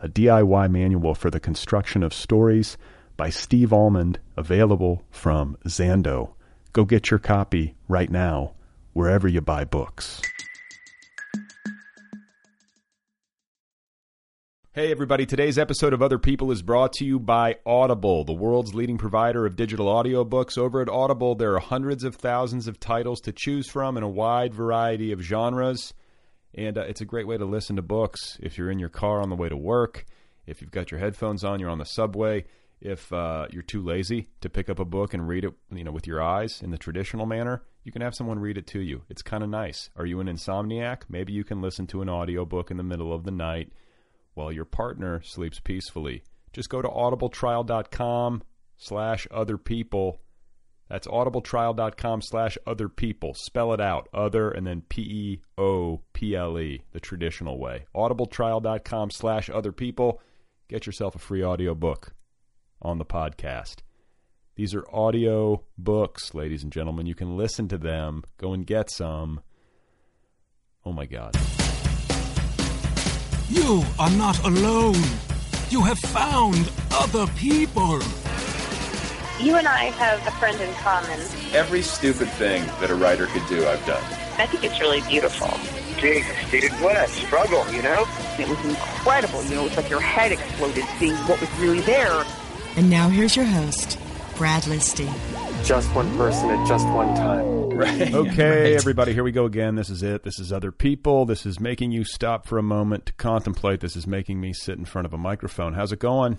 a DIY manual for the construction of stories by Steve Almond, available from Zando. Go get your copy right now, wherever you buy books. Hey, everybody. Today's episode of Other People is brought to you by Audible, the world's leading provider of digital audiobooks. Over at Audible, there are hundreds of thousands of titles to choose from in a wide variety of genres. And uh, it's a great way to listen to books if you're in your car on the way to work, if you've got your headphones on, you're on the subway, if uh, you're too lazy to pick up a book and read it, you know, with your eyes in the traditional manner, you can have someone read it to you. It's kind of nice. Are you an insomniac? Maybe you can listen to an audiobook in the middle of the night while your partner sleeps peacefully. Just go to audibletrial.com slash other people. That's audibletrial.com slash other people. Spell it out, other and then P E O P L E, the traditional way. Audibletrial.com slash other people. Get yourself a free audiobook on the podcast. These are audio books, ladies and gentlemen. You can listen to them. Go and get some. Oh my God. You are not alone. You have found other people. You and I have a friend in common. Every stupid thing that a writer could do, I've done. I think it's really beautiful. Jesus, dude, what a struggle, you know? It was incredible. You know, it was like your head exploded seeing what was really there. And now here's your host, Brad Listy. Just one person at just one time. Right. Okay, everybody, here we go again. This is it. This is other people. This is making you stop for a moment to contemplate. This is making me sit in front of a microphone. How's it going?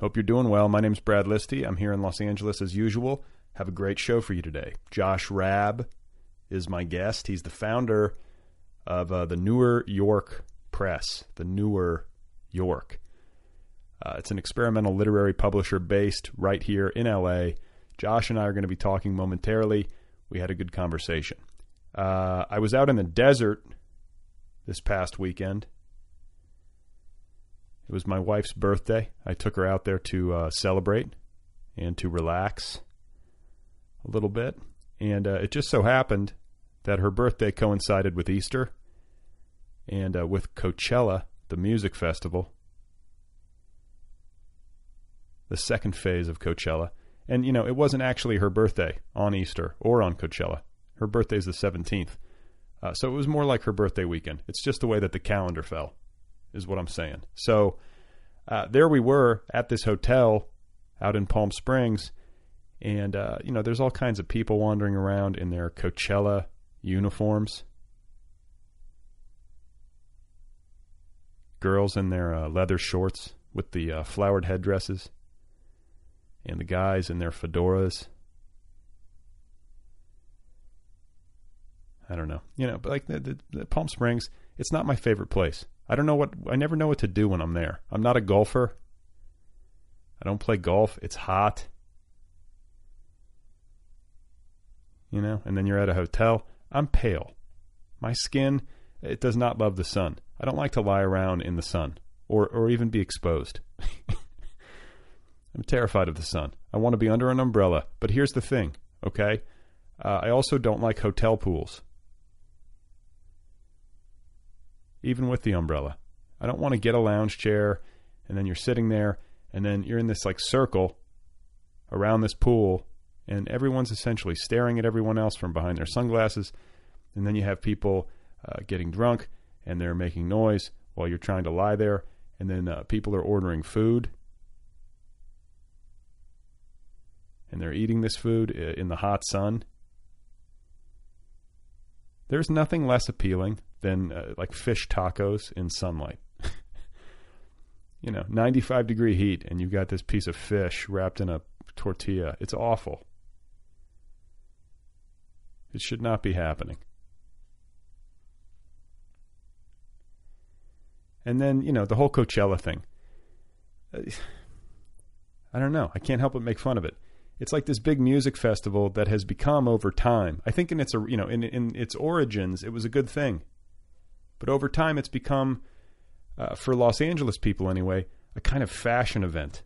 Hope you're doing well. My name's Brad Listy. I'm here in Los Angeles as usual. Have a great show for you today. Josh Rab is my guest. He's the founder of uh, the Newer York Press, the Newer York. Uh, it's an experimental literary publisher based right here in LA. Josh and I are going to be talking momentarily. We had a good conversation. Uh, I was out in the desert this past weekend. It was my wife's birthday. I took her out there to uh, celebrate and to relax a little bit. And uh, it just so happened that her birthday coincided with Easter and uh, with Coachella, the music festival, the second phase of Coachella. And, you know, it wasn't actually her birthday on Easter or on Coachella. Her birthday's the 17th. Uh, so it was more like her birthday weekend. It's just the way that the calendar fell, is what I'm saying. So uh, there we were at this hotel out in Palm Springs. And, uh, you know, there's all kinds of people wandering around in their Coachella uniforms. Girls in their uh, leather shorts with the uh, flowered headdresses. And the guys in their fedoras. I don't know. You know, but like the, the, the Palm Springs, it's not my favorite place. I don't know what, I never know what to do when I'm there. I'm not a golfer. I don't play golf. It's hot. you know, and then you're at a hotel. I'm pale. My skin, it does not love the sun. I don't like to lie around in the sun or, or even be exposed. I'm terrified of the sun. I want to be under an umbrella. But here's the thing, okay? Uh, I also don't like hotel pools, even with the umbrella. I don't want to get a lounge chair and then you're sitting there and then you're in this like circle around this pool and everyone's essentially staring at everyone else from behind their sunglasses. And then you have people uh, getting drunk and they're making noise while you're trying to lie there. And then uh, people are ordering food. and they're eating this food uh, in the hot sun. There's nothing less appealing than uh, like fish tacos in sunlight. you know, 95 degree heat, and you've got this piece of fish wrapped in a tortilla. It's awful. It should not be happening. And then, you know, the whole Coachella thing. I don't know. I can't help but make fun of it. It's like this big music festival that has become over time. I think in its you know in in its origins it was a good thing, but over time it's become, uh, for Los Angeles people anyway, a kind of fashion event.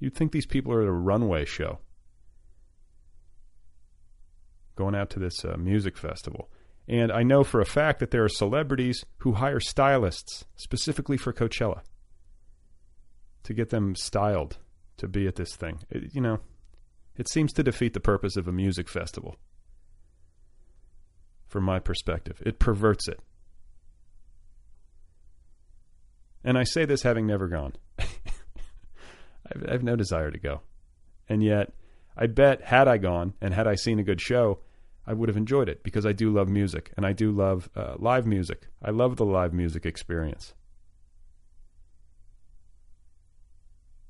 You'd think these people are at a runway show, going out to this uh, music festival. And I know for a fact that there are celebrities who hire stylists specifically for Coachella to get them styled to be at this thing. It, you know, it seems to defeat the purpose of a music festival. From my perspective, it perverts it. And I say this having never gone. I've, I've no desire to go. And yet, I bet had I gone and had I seen a good show, I would have enjoyed it because I do love music and I do love uh, live music. I love the live music experience.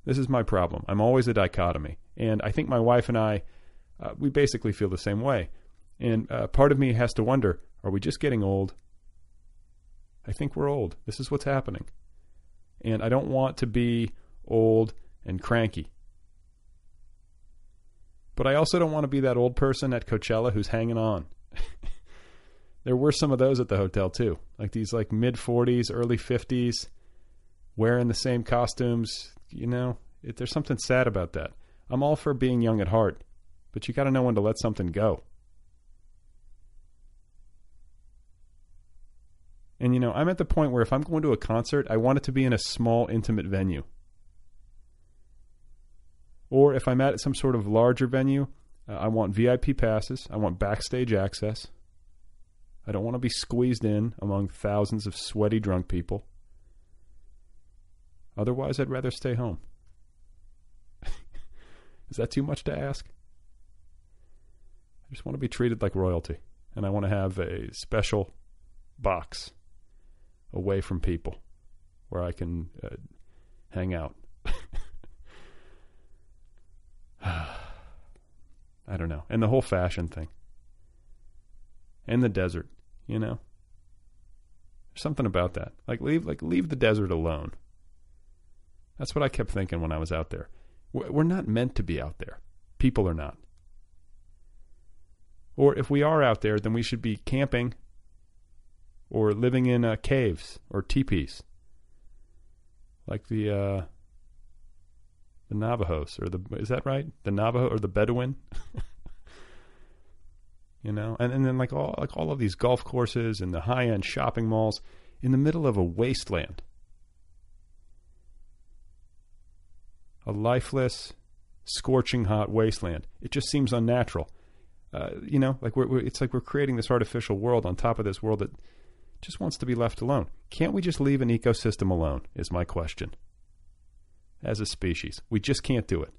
This is my problem. I'm always a dichotomy. And I think my wife and I, uh, we basically feel the same way. And uh, part of me has to wonder are we just getting old? I think we're old. This is what's happening. And I don't want to be old and cranky. But I also don't want to be that old person at Coachella who's hanging on. there were some of those at the hotel too. Like these like mid 40s, early 50s wearing the same costumes, you know, it, there's something sad about that. I'm all for being young at heart, but you got to know when to let something go. And you know, I'm at the point where if I'm going to a concert, I want it to be in a small, intimate venue. Or if I'm at some sort of larger venue, uh, I want VIP passes, I want backstage access. I don't want to be squeezed in among thousands of sweaty drunk people. Otherwise, I'd rather stay home. Is that too much to ask? I just want to be treated like royalty, and I want to have a special box away from people where I can uh, hang out. I don't know. And the whole fashion thing. And the desert, you know? There's something about that. Like leave like leave the desert alone. That's what I kept thinking when I was out there. We're not meant to be out there. People are not. Or if we are out there, then we should be camping or living in uh, caves or teepees, like the uh, the Navajos or the is that right? The Navajo or the Bedouin. you know, and, and then like all like all of these golf courses and the high end shopping malls in the middle of a wasteland. a lifeless, scorching hot wasteland. It just seems unnatural. Uh, you know, like we're, we're, it's like we're creating this artificial world on top of this world that just wants to be left alone. Can't we just leave an ecosystem alone? Is my question. As a species, we just can't do it.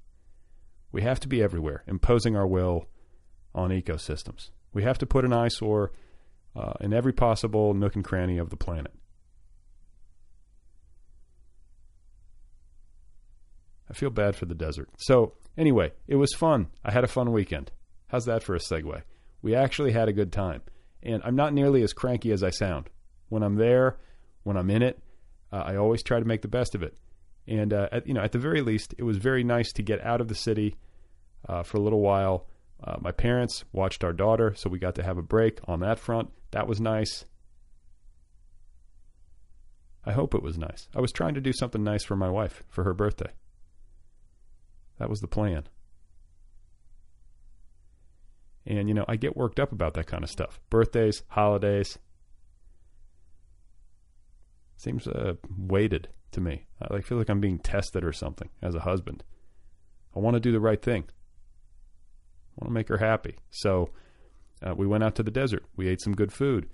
We have to be everywhere, imposing our will on ecosystems. We have to put an eyesore uh, in every possible nook and cranny of the planet. I feel bad for the desert. So, anyway, it was fun. I had a fun weekend. How's that for a segue? We actually had a good time. And I'm not nearly as cranky as I sound. When I'm there, when I'm in it, uh, I always try to make the best of it. And, uh, at, you know, at the very least, it was very nice to get out of the city uh, for a little while. Uh, my parents watched our daughter, so we got to have a break on that front. That was nice. I hope it was nice. I was trying to do something nice for my wife for her birthday. That was the plan. And, you know, I get worked up about that kind of stuff birthdays, holidays. Seems uh, weighted to me. I like, feel like I'm being tested or something as a husband. I want to do the right thing, I want to make her happy. So uh, we went out to the desert. We ate some good food.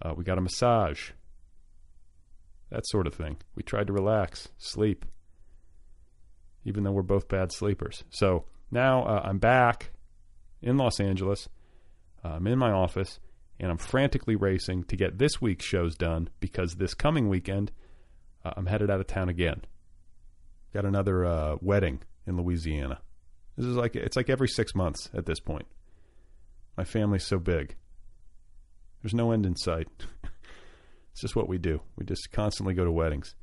Uh, we got a massage. That sort of thing. We tried to relax, sleep even though we're both bad sleepers. So now uh, I'm back in Los Angeles. Uh, I'm in my office and I'm frantically racing to get this week's shows done because this coming weekend uh, I'm headed out of town again. Got another uh, wedding in Louisiana. This is like it's like every six months at this point. My family's so big. There's no end in sight. it's just what we do. We just constantly go to weddings,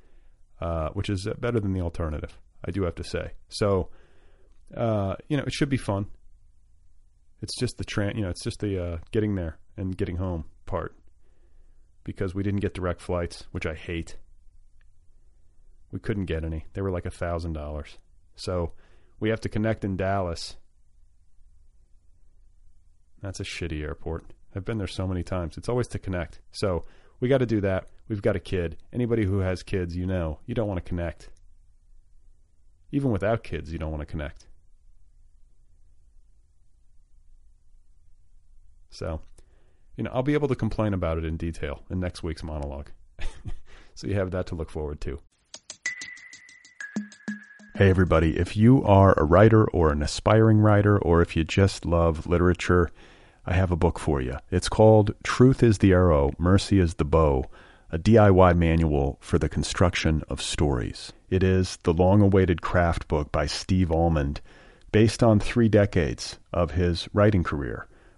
uh, which is uh, better than the alternative. I do have to say. So, uh, you know, it should be fun. It's just the tran you know, it's just the uh, getting there and getting home part because we didn't get direct flights, which I hate. We couldn't get any. They were like a thousand dollars. So we have to connect in Dallas. That's a shitty airport. I've been there so many times. It's always to connect. So we got to do that. We've got a kid. Anybody who has kids, you know, you don't want to connect. Even without kids, you don't want to connect. So, you know, I'll be able to complain about it in detail in next week's monologue. so you have that to look forward to. Hey, everybody, if you are a writer or an aspiring writer, or if you just love literature, I have a book for you. It's called Truth is the Arrow, Mercy is the Bow, a DIY manual for the construction of stories. It is the long awaited craft book by Steve Almond, based on three decades of his writing career,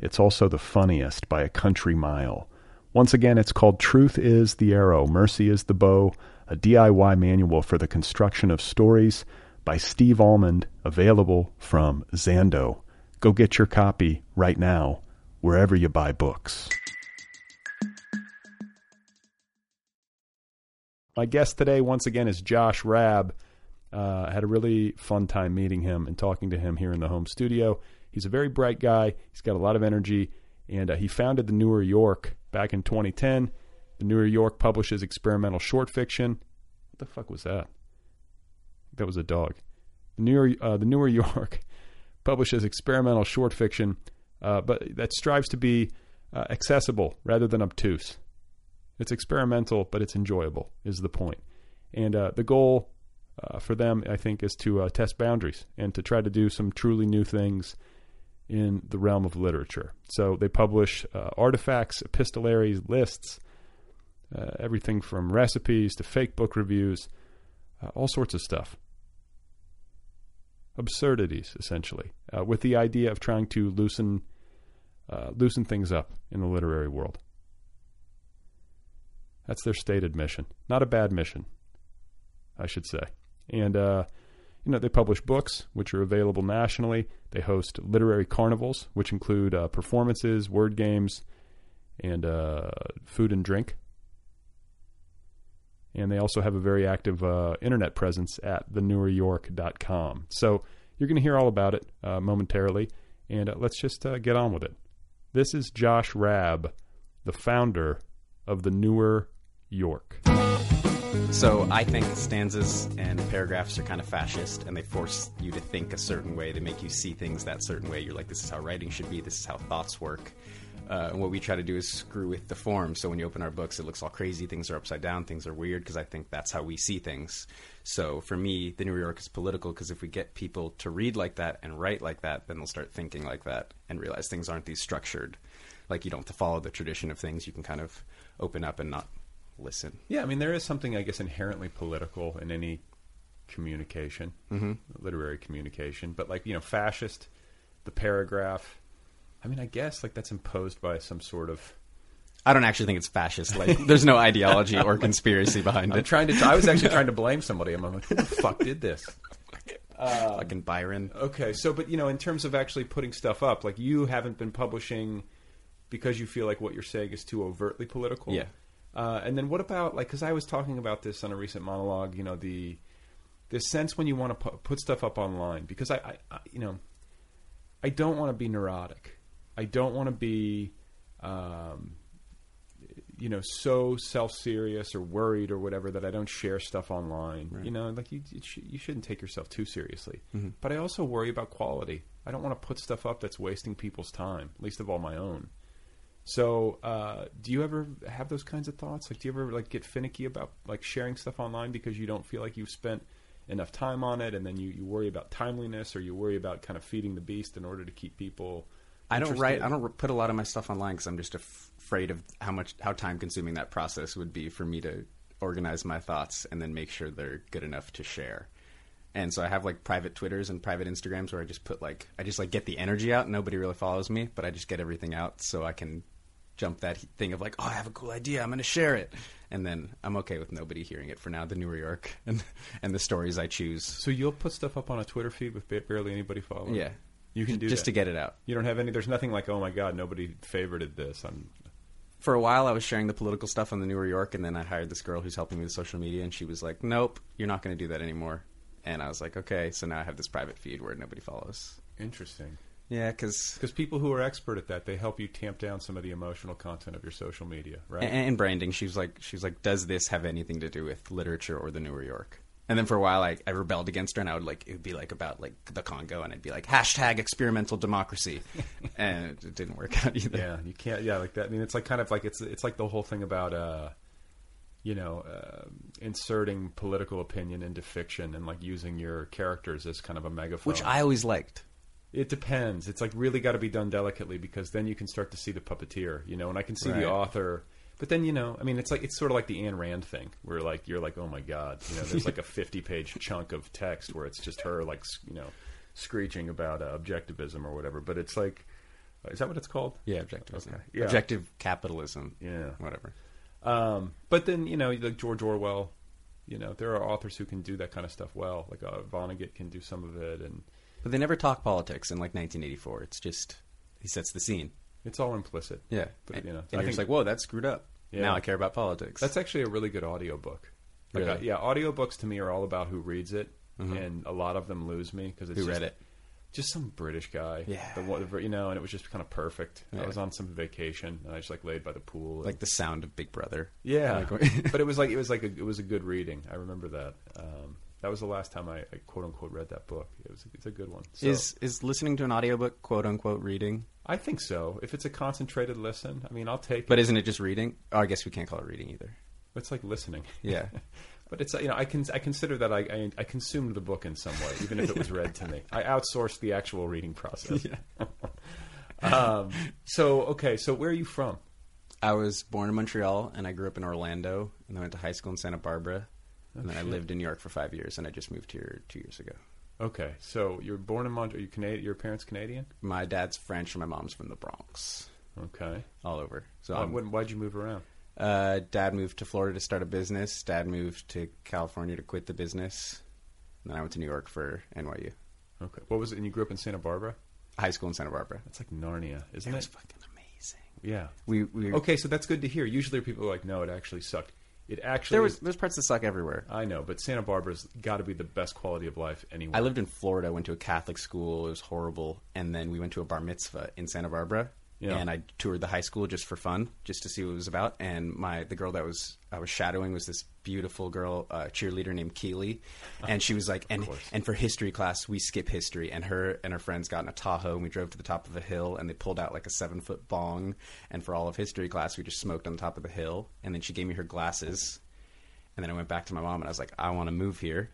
It's also the funniest by a country mile." Once again, it's called Truth is the Arrow, Mercy is the Bow, a DIY manual for the construction of stories by Steve Almond, available from Zando. Go get your copy right now, wherever you buy books. My guest today, once again, is Josh Rab. Uh, I had a really fun time meeting him and talking to him here in the home studio. He's a very bright guy. He's got a lot of energy, and uh, he founded the Newer York back in 2010. The Newer York publishes experimental short fiction. What the fuck was that? That was a dog. The Newer, uh, the Newer York publishes experimental short fiction, uh, but that strives to be uh, accessible rather than obtuse. It's experimental, but it's enjoyable, is the point. And uh, the goal uh, for them, I think, is to uh, test boundaries and to try to do some truly new things in the realm of literature. So they publish uh, artifacts, epistolaries, lists, uh, everything from recipes to fake book reviews, uh, all sorts of stuff. Absurdities, essentially, uh, with the idea of trying to loosen uh, loosen things up in the literary world. That's their stated mission. Not a bad mission, I should say. And uh, you know they publish books, which are available nationally. They host literary carnivals, which include uh, performances, word games, and uh, food and drink and they also have a very active uh, internet presence at thenewyork.com. So you're going to hear all about it uh, momentarily, and uh, let's just uh, get on with it. This is Josh Rab, the founder of the Newer York. So I think stanzas and paragraphs are kind of fascist, and they force you to think a certain way. They make you see things that certain way. You're like, this is how writing should be. This is how thoughts work. Uh, and what we try to do is screw with the form. So when you open our books, it looks all crazy. Things are upside down. Things are weird because I think that's how we see things. So for me, the New York is political because if we get people to read like that and write like that, then they'll start thinking like that and realize things aren't these structured. Like you don't have to follow the tradition of things. You can kind of open up and not listen. Yeah, I mean, there is something, I guess, inherently political in any communication, literary communication. But, like, you know, fascist, the paragraph. I mean, I guess, like, that's imposed by some sort of. I don't actually think it's fascist. Like there's no ideology or conspiracy behind I'm it. trying to. I was actually trying to blame somebody. I'm like, who the fuck did this? Fucking Byron. Okay, so but you know, in terms of actually putting stuff up, like you haven't been publishing because you feel like what you're saying is too overtly political. Yeah. Uh, and then what about like because I was talking about this on a recent monologue, you know the this sense when you want to pu- put stuff up online because I, I, I you know, I don't want to be neurotic. I don't want to be, um, you know, so self serious or worried or whatever that I don't share stuff online. You know, like you, you, sh- you shouldn't take yourself too seriously. But I also worry about quality. I don't want to put stuff up that's wasting people's time, least of all my own. So, uh, do you ever have those kinds of thoughts? Like, do you ever like get finicky about like sharing stuff online because you don't feel like you've spent enough time on it, and then you, you worry about timeliness or you worry about kind of feeding the beast in order to keep people. I don't write. interested? I don't put a lot of my stuff online because I'm just af- afraid of how much how time consuming that process would be for me to organize my thoughts and then make sure they're good enough to share. And so I have like private Twitters and private Instagrams where I just put like I just like get the energy out. Nobody really follows me, but I just get everything out so I can jump that he- thing of like, oh, I have a cool idea, I'm going to share it, and then I'm okay with nobody hearing it for now. The New York and and the stories I choose. So you'll put stuff up on a Twitter feed with ba- barely anybody following. Yeah, you can do just that. to get it out. You don't have any. There's nothing like, oh my god, nobody favorited this. I'm for a while I was sharing the political stuff on the New York, and then I hired this girl who's helping me with social media, and she was like, "Nope, you're not going to do that anymore." And I was like, "Okay." So now I have this private feed where nobody follows. interesting Yeah, because because people who are expert at that they help you tamp down some of the emotional content of your social media, right? and, and branding, she was like, she was like, "Does this have anything to do with literature or the New York?" And then for a while, I, I rebelled against her, and I would like it would be like about like the Congo, and I'd be like hashtag experimental democracy, and it didn't work out either. Yeah, you can't. Yeah, like that. I mean, it's like kind of like it's it's like the whole thing about uh, you know, uh, inserting political opinion into fiction and like using your characters as kind of a megaphone. which I always liked. It depends. It's like really got to be done delicately because then you can start to see the puppeteer, you know, and I can see Right. the author. But then you know, I mean, it's like it's sort of like the Ayn Rand thing, where like you're like, oh my god, you know, there's like a 50 page chunk of text where it's just her like, s- you know, screeching about uh, objectivism or whatever. But it's like, is that what it's called? Yeah, objectivism, Okay. Yeah. objective capitalism, Yeah. whatever. Um, but then you know, like George Orwell, you know, there are authors who can do that kind of stuff well. Like uh, Vonnegut can do some of it, and But they never talk politics in like 1984. It's just he sets the scene. it's all implicit. but you know, and I you're just think- like, whoa, that's screwed up. Yeah. Now I care about politics. That's actually a really good audiobook. Like Really? Mm-hmm. uh, yeah, audiobooks to me are all about who reads it, and a lot of them lose me because it's who just, read it. Just some British guy. Yeah. the, one- the- you know, and it was just kind of perfect. I Yeah. was on some vacation, and I just like laid by the pool. and- Like the sound of Big Brother. yeah, Like- but it was like it was like a, it was a good reading. I remember that. Um, that was the last time I, I quote unquote read that book. It was it's a good one. So- is is listening to an audiobook quote unquote reading? I think so. If it's a concentrated listen, I mean, I'll take But it. isn't it just reading? Oh, I guess we can't call it reading either. It's like listening. Yeah. But it's you know I can I consider that I, I I consumed the book in some way even if it was read to me I outsourced the actual reading process. um, so okay, so where are you from? I was born in Montreal and I grew up in Orlando and then went to high school in Santa Barbara. and then I lived in New York for five years and I just moved here two years ago. Okay, so you're born in Montreal. You Canadian? Your parents Canadian? My dad's French and my mom's from the Bronx. Okay. All over. So Why, I'm- wouldn't- why'd you move around? Uh, dad moved to Florida to start a business. Dad moved to California to quit the business. And then I went to New York for NYU. Okay. What was it? And you grew up in Santa Barbara? High school in Santa Barbara. That's like Narnia, isn't it? That's fucking amazing. Yeah. We, we Okay, so that's good to hear. Usually people are like, no, it actually sucked. It actually There was there's parts that suck everywhere. I know, but Santa Barbara's got to be the best quality of life anywhere. Oh I lived in Florida, went to a Catholic school. It was horrible. And then we went to a bar mitzvah in Santa Barbara. Yeah. And I toured the high school just for fun, just to see what it was about. And my the girl that was I was shadowing was this beautiful girl uh, cheerleader named Keeley, and she was like, and and for history class we skip history. And her and her friends got in a Tahoe and we drove to the top of a hill and they pulled out like a seven foot bong. And for all of history class we just smoked on the top of the hill. And then she gave me her glasses. And then I went back to my mom and I was like, I want to move here.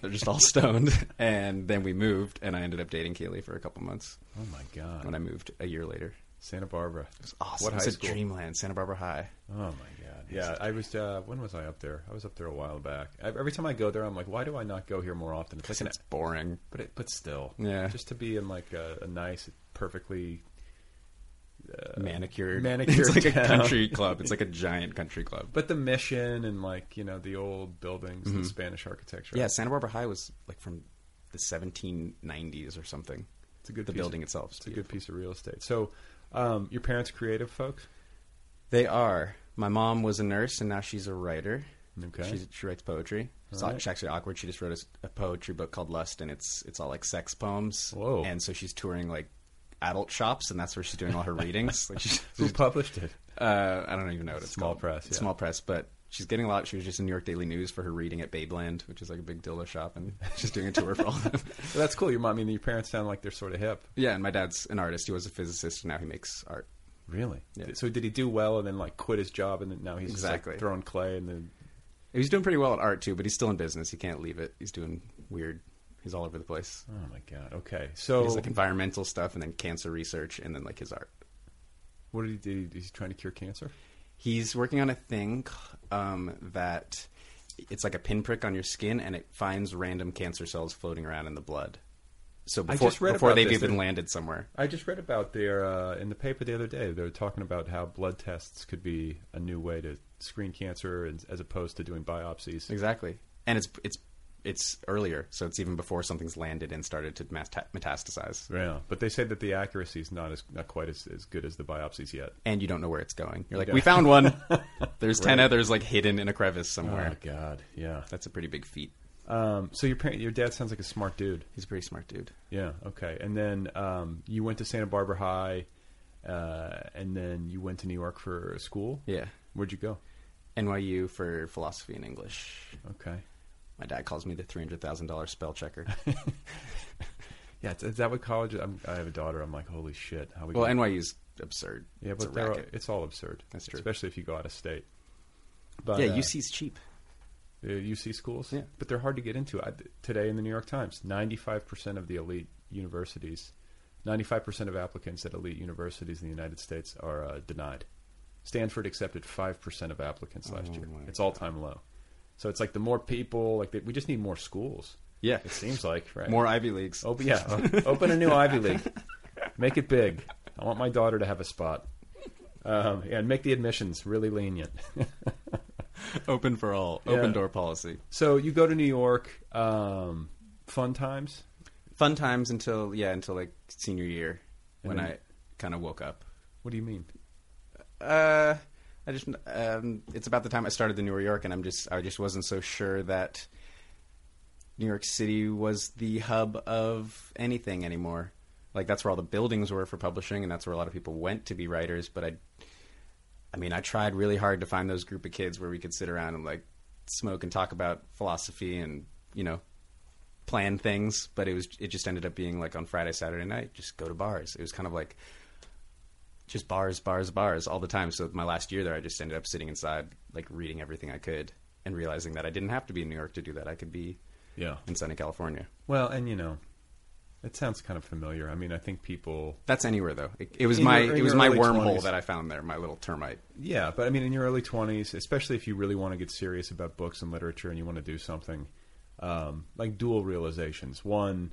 They're just all stoned. And then we moved and I ended up dating Keely for a couple months oh my god, when I moved a year later. Santa Barbara. It was awesome. What it was high a school? dreamland, Santa Barbara High. Oh my god. Yeah, I was. Uh, when was I up there? I was up there a while back. I, every time I go there, I'm like, why do I not go here more often? It's like an, e, It's boring. but it, but still, Yeah. Just to be in like a, a nice, perfectly manicured. manicured It's like a Uh, town. country club. It's like a giant country club. but the mission and like you know the old buildings and Spanish architecture. yeah, Santa Barbara High was like from the 1790s or something. it's a good The piece building Of, itself. it's a good piece of real estate. So, um, your parents creative folks. They are. My mom was a nurse and now she's a writer. Okay. She's, she writes poetry. It's, All not- right. it's actually awkward. She just wrote a s- a, poetry book called Lust, and it's it's all like sex poems. Whoa. And so she's touring like adult shops, and that's where she's doing all her readings. Like she's, Who published it? uh, I don't even know what it's Small called. press, yeah. Small press, but she's getting a lot. She was just in New York Daily News for her reading at Babeland, which is like a big dildo shop, and she's doing a tour for all of them. Well, that's cool. Your mom, I mean, your parents sound like they're sort of hip. Yeah, and my dad's an artist. He was a physicist, and now he makes art. Really? Yeah. So did he do well and then like quit his job and then now he's just Exactly. like throwing clay and then He's doing pretty well at art too, but he's still in business. He can't leave it. He's doing weird. He's all over the place. oh my god. Okay. So He's like environmental stuff, and then cancer research, and then like his art. what did he do? He's trying to cure cancer. He's working on a thing um, that it's like a pinprick on your skin, and it finds random cancer cells floating around in the blood. So I before, just read before about they've this. even There's- landed somewhere, I just read about their uh, in the paper the other day. They were talking about how blood tests could be a new way to screen cancer and, as opposed to doing biopsies. exactly. And it's it's it's earlier, so it's even before something's landed and started to meta- metastasize, Yeah, but they say that the accuracy is not as not quite as, as good as the biopsies yet. and you don't know where it's going. You're like, Yeah. we found one. There's ten others like hidden in a crevice somewhere. Oh God, yeah. That's a pretty big feat. Um, so your parent, your dad sounds like a smart dude. He's a pretty smart dude. Yeah. Okay. And then um, you went to Santa Barbara High, uh, and then you went to New York for school. Yeah. Where'd you go? NYU for philosophy and English. Okay. My dad calls me the three hundred thousand dollars spell checker. Yeah, is is that what college? I'm, I have a daughter. I'm like, holy shit! How we? well, gonna- NYU's absurd. Yeah, it's but a they're all- racket. it's all absurd. That's true. especially if you go out of state. But yeah, uh, UC's cheap. uh, UC schools, Yeah. but they're hard to get into. I, today in the New York Times, ninety-five percent of the elite universities, ninety-five percent of applicants at elite universities in the United States are uh, denied. Stanford accepted five percent of applicants last year. Oh my It's all-time low. So it's like the more people, like they, we just need more schools. Yeah, It seems like right. more Ivy Leagues. Open, yeah, o- open a new Ivy League. Make it big. I want my daughter to have a spot. Um, and make the admissions really lenient. open for all. Yeah. Open door policy. so you go to New York. Um, fun times. Fun times until yeah until like senior year when then- I kind of woke up. What do you mean? Uh, I just um, it's about the time I started the New York, and I'm just I just wasn't so sure that New York City was the hub of anything anymore. Like that's where all the buildings were for publishing, and that's where a lot of people went to be writers. But I, I mean, I tried really hard to find those group of kids where we could sit around and like smoke and talk about philosophy and you know plan things. But it was it just ended up being like on Friday, Saturday night, just go to bars. It was kind of like just bars, bars, bars all the time. So my last year there, I just ended up sitting inside, like reading everything I could, and realizing that I didn't have to be in New York to do that. I could be Yeah. in sunny California. Well, and you know, it sounds kind of familiar. I mean, I think people. That's anywhere though. It, it was In my your- in it was your my early wormhole 20s. that I found there, my little termite. Yeah, but I mean, in your early twenties, especially if you really want to get serious about books and literature, and you want to do something, um, like dual realizations. One,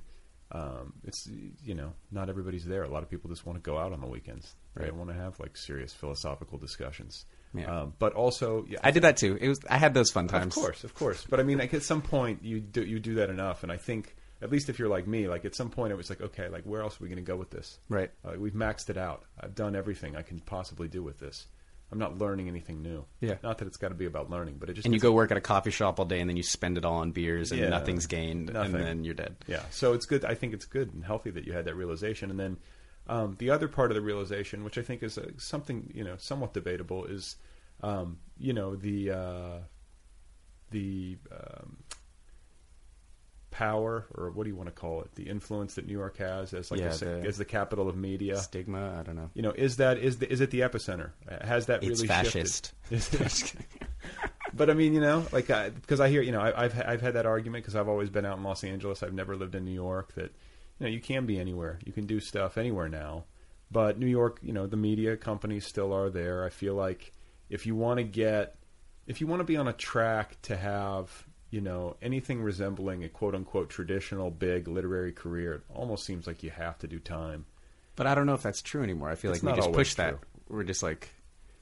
um, it's you know, not everybody's there. A lot of people just want to go out on the weekends. They Right. want to have like serious philosophical discussions. Yeah. Um, but also, yeah, I did that too. It was I had those fun times. Of course, of course. But I mean, like at some point, you do you do that enough, and I think at least if you're like me, like at some point it was like, okay, like where else are we going to go with this? Right. Uh, we've maxed it out. I've done everything I can possibly do with this. I'm not learning anything new. Yeah. Not that it's got to be about learning, but it just And you gets- go work at a coffee shop all day, and then you spend it all on beers, and Yeah. nothing's gained, Nothing. and then you're dead. Yeah. So it's good. I think it's good and healthy that you had that realization. And then um, the other part of the realization, which I think is uh something you know somewhat debatable, is um, you know the uh, the um, power or what do you want to call it? The influence that New York has as like Yeah, a se- the- as the capital of media. Stigma. I don't know. you know, is that is the, is it the epicenter? Uh, Has that It's really fascist. Shifted? Is it- but I mean, you know, like because I hear, you know, I, I've I've had that argument because I've always been out in Los Angeles. I've never lived in New York. That you know, you can be anywhere. You can do stuff anywhere now. But New York, you know, the media companies still are there. I feel like if you want to get, if you want to be on a track to have, you know, anything resembling a quote unquote traditional big literary career, it almost seems like you have to do time. But I don't know if that's true anymore. I feel It's like not we just always push that. true. We're just like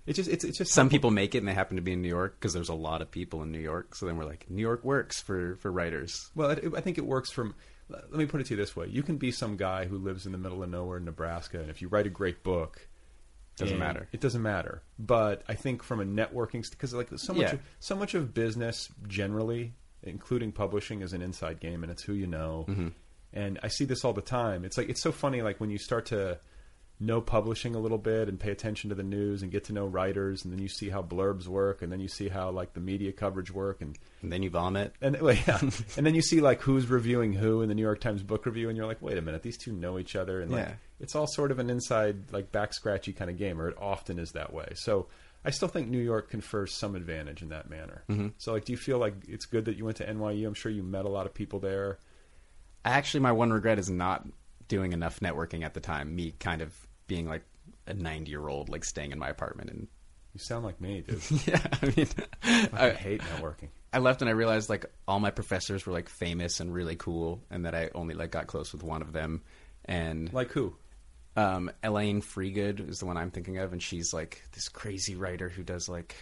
It just it's it's just some people make it, and they happen to be in New York because there's a lot of people in New York. So then we're like, New York works for for writers. Well, it, it- I think it works from. Let me put it to you this way: you can be some guy who lives in the middle of nowhere in Nebraska, and if you write a great book, Doesn't And matter. It doesn't matter. But I think from a networking because like so much Yeah. of, so much of business generally, including publishing, is an inside game, and it's who you know. Mm-hmm. And I see this all the time. It's like it's so funny. Like when you start to know publishing a little bit and pay attention to the news and get to know writers, and then you see how blurbs work, and then you see how like the media coverage work, and And then you vomit. and well, yeah, and then you see like who's reviewing who in the New York Times book review, and you're like, wait a minute, these two know each other, and like Yeah. it's all sort of an inside like back scratchy kind of game, or it often is that way. So I still think New York confers some advantage in that manner. Mm-hmm. So like, do you feel like it's good that you went to NYU? I'm sure you met a lot of people there. Actually, my one regret is not doing enough networking at the time. Me kind of being like a 90 year old, like staying in my apartment. And You sound like me, dude. yeah, I mean, I I, hate networking. I left and I realized like all my professors were like famous and really cool, and that I only like got close with one of them. And Like who? um, Elaine Freegood is the one I'm thinking of, and she's like this crazy writer who does like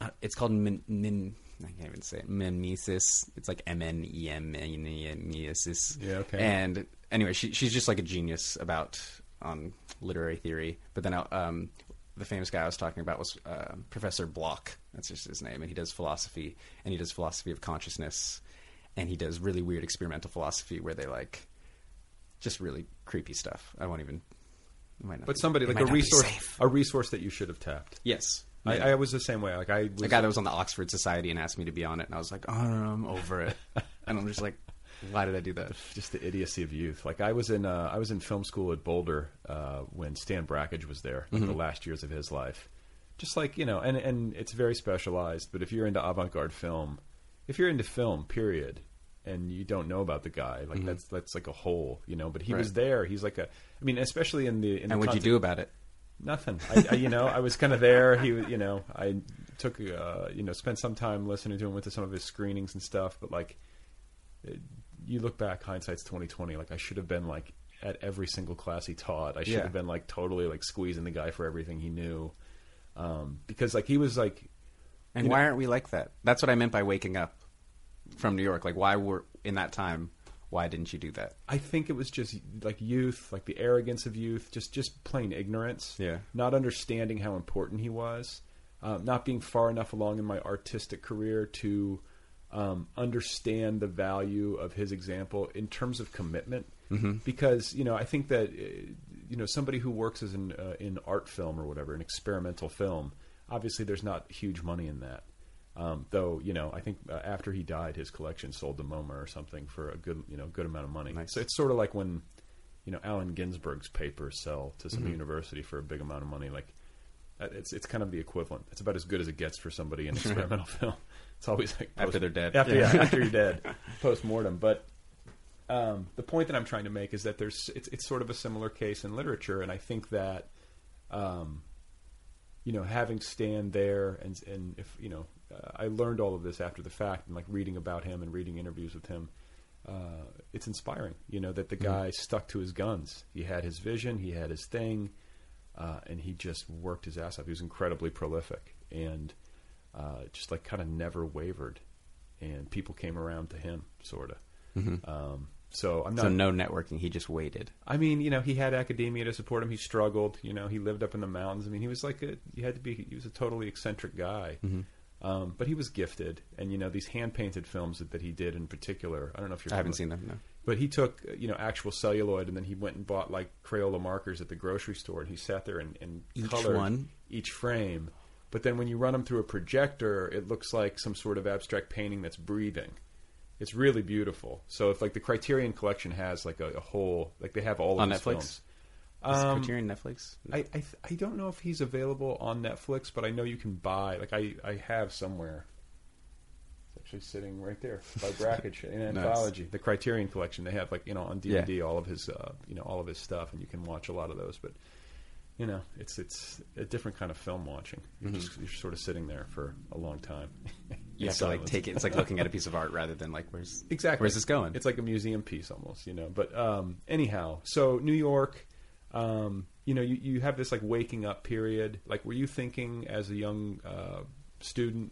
uh, it's called min, min I can't even say it mimesis. It's like M N E M N E M E S S. Yeah, okay. And anyway, she she's just like a genius about um, literary theory. But then um, the famous guy I was talking about was uh, Professor Block. That's just his name, and he does philosophy, and he does philosophy of consciousness, and he does really weird experimental philosophy where they like just really creepy stuff. I won't even. it might not But be- somebody it like might a not be resource, safe. a resource that you should have tapped. Yes, I, I was the same way. Like I was, a guy that was on the Oxford Society and asked me to be on it, and I was like, oh, I'm over it. and I'm just like, why did I do that? just the idiocy of youth. Like I was in uh, I was in film school at Boulder uh, when Stan Brackage was there, like Mm-hmm. the last years of his life. Just like you know, and and it's very specialized. But if you're into avant garde film, if you're into film, period, and you don't know about the guy, like that's that's like a hole, you know. But he was Mm-hmm. Right. there. He's like a. I mean, especially in the. In And the what'd you context- do about it? Nothing. I, I, you know, I was kind of there. He, was- you know, I took, uh, you know, spent some time listening to him, went to some of his screenings and stuff. But like, it- you look back, hindsight's twenty twenty. Like, I should have been like at every single class he taught. I should Yeah. have been like totally like squeezing the guy for everything he knew, um, because like he was like And why aren't we like that? That's what I meant by waking up from New York. Like, why were in that time? Why didn't you do that? I think it was just like youth, like the arrogance of youth, just just plain ignorance. Yeah. not understanding how important he was, um, not being far enough along in my artistic career to um, understand the value of his example in terms of commitment. Because you know, I think that uh, you know somebody who works as an uh, in art film or whatever, an experimental film. Obviously, there's not huge money in that. Um, though you know, I think uh, after he died, his collection sold to MoMA or something for a good you know good amount of money. So it's sort of like when you know Allen Ginsberg's papers sell to Mm-hmm. some university for a big amount of money. Like uh, it's it's kind of the equivalent. It's about as good as it gets for somebody in experimental film. It's always like After they're dead. After Yeah. yeah, after you're dead, post mortem. But um, the point that I'm trying to make is that there's it's it's sort of a similar case in literature, and I think that um, you know, having Stan there, and and if you know, uh, I learned all of this after the fact, and like reading about him and reading interviews with him, uh, it's inspiring. You know that the Mm-hmm. guy stuck to his guns. He had his vision, he had his thing, uh, and he just worked his ass off. He was incredibly prolific, and uh, just like kind of never wavered. And people came around to him, sort of. Um, so I'm not. Mm-hmm. So no networking. He just waited. I mean, you know, he had academia to support him. He struggled. You know, he lived up in the mountains. I mean, he was like a you had to be. He was a totally eccentric guy, Mm-hmm. um, but he was gifted. And you know, these hand painted films that, that he did in particular. I don't know if you're. I haven't familiar- seen them, no. But he took uh, you know actual celluloid, and then he went and bought like Crayola markers at the grocery store, and he sat there and, and Each colored one? each frame. But then when you run them through a projector, it looks like some sort of abstract painting that's breathing. It's really beautiful. So if like the Criterion Collection has like a, a whole like they have all of On his Netflix? films. Is Um, Criterion Netflix? I, I th- I don't know if he's available on Netflix, but I know you can buy like I I have somewhere. It's actually sitting right there by Brackage in Nice. anthology, the Criterion Collection. They have like you know on DVD all of his uh, you know all of his stuff, and you can watch a lot of those. But you know it's it's a different kind of film watching. You're just you're sort of sitting there for a long time. Mm-hmm. You have to like take it. It's like looking at a piece of art rather than like where's Exactly. where's this going? It's like a museum piece almost, you know. But um, anyhow, so New York, um, you know, you, you have this like waking up period. Like, were you thinking as a young uh, student,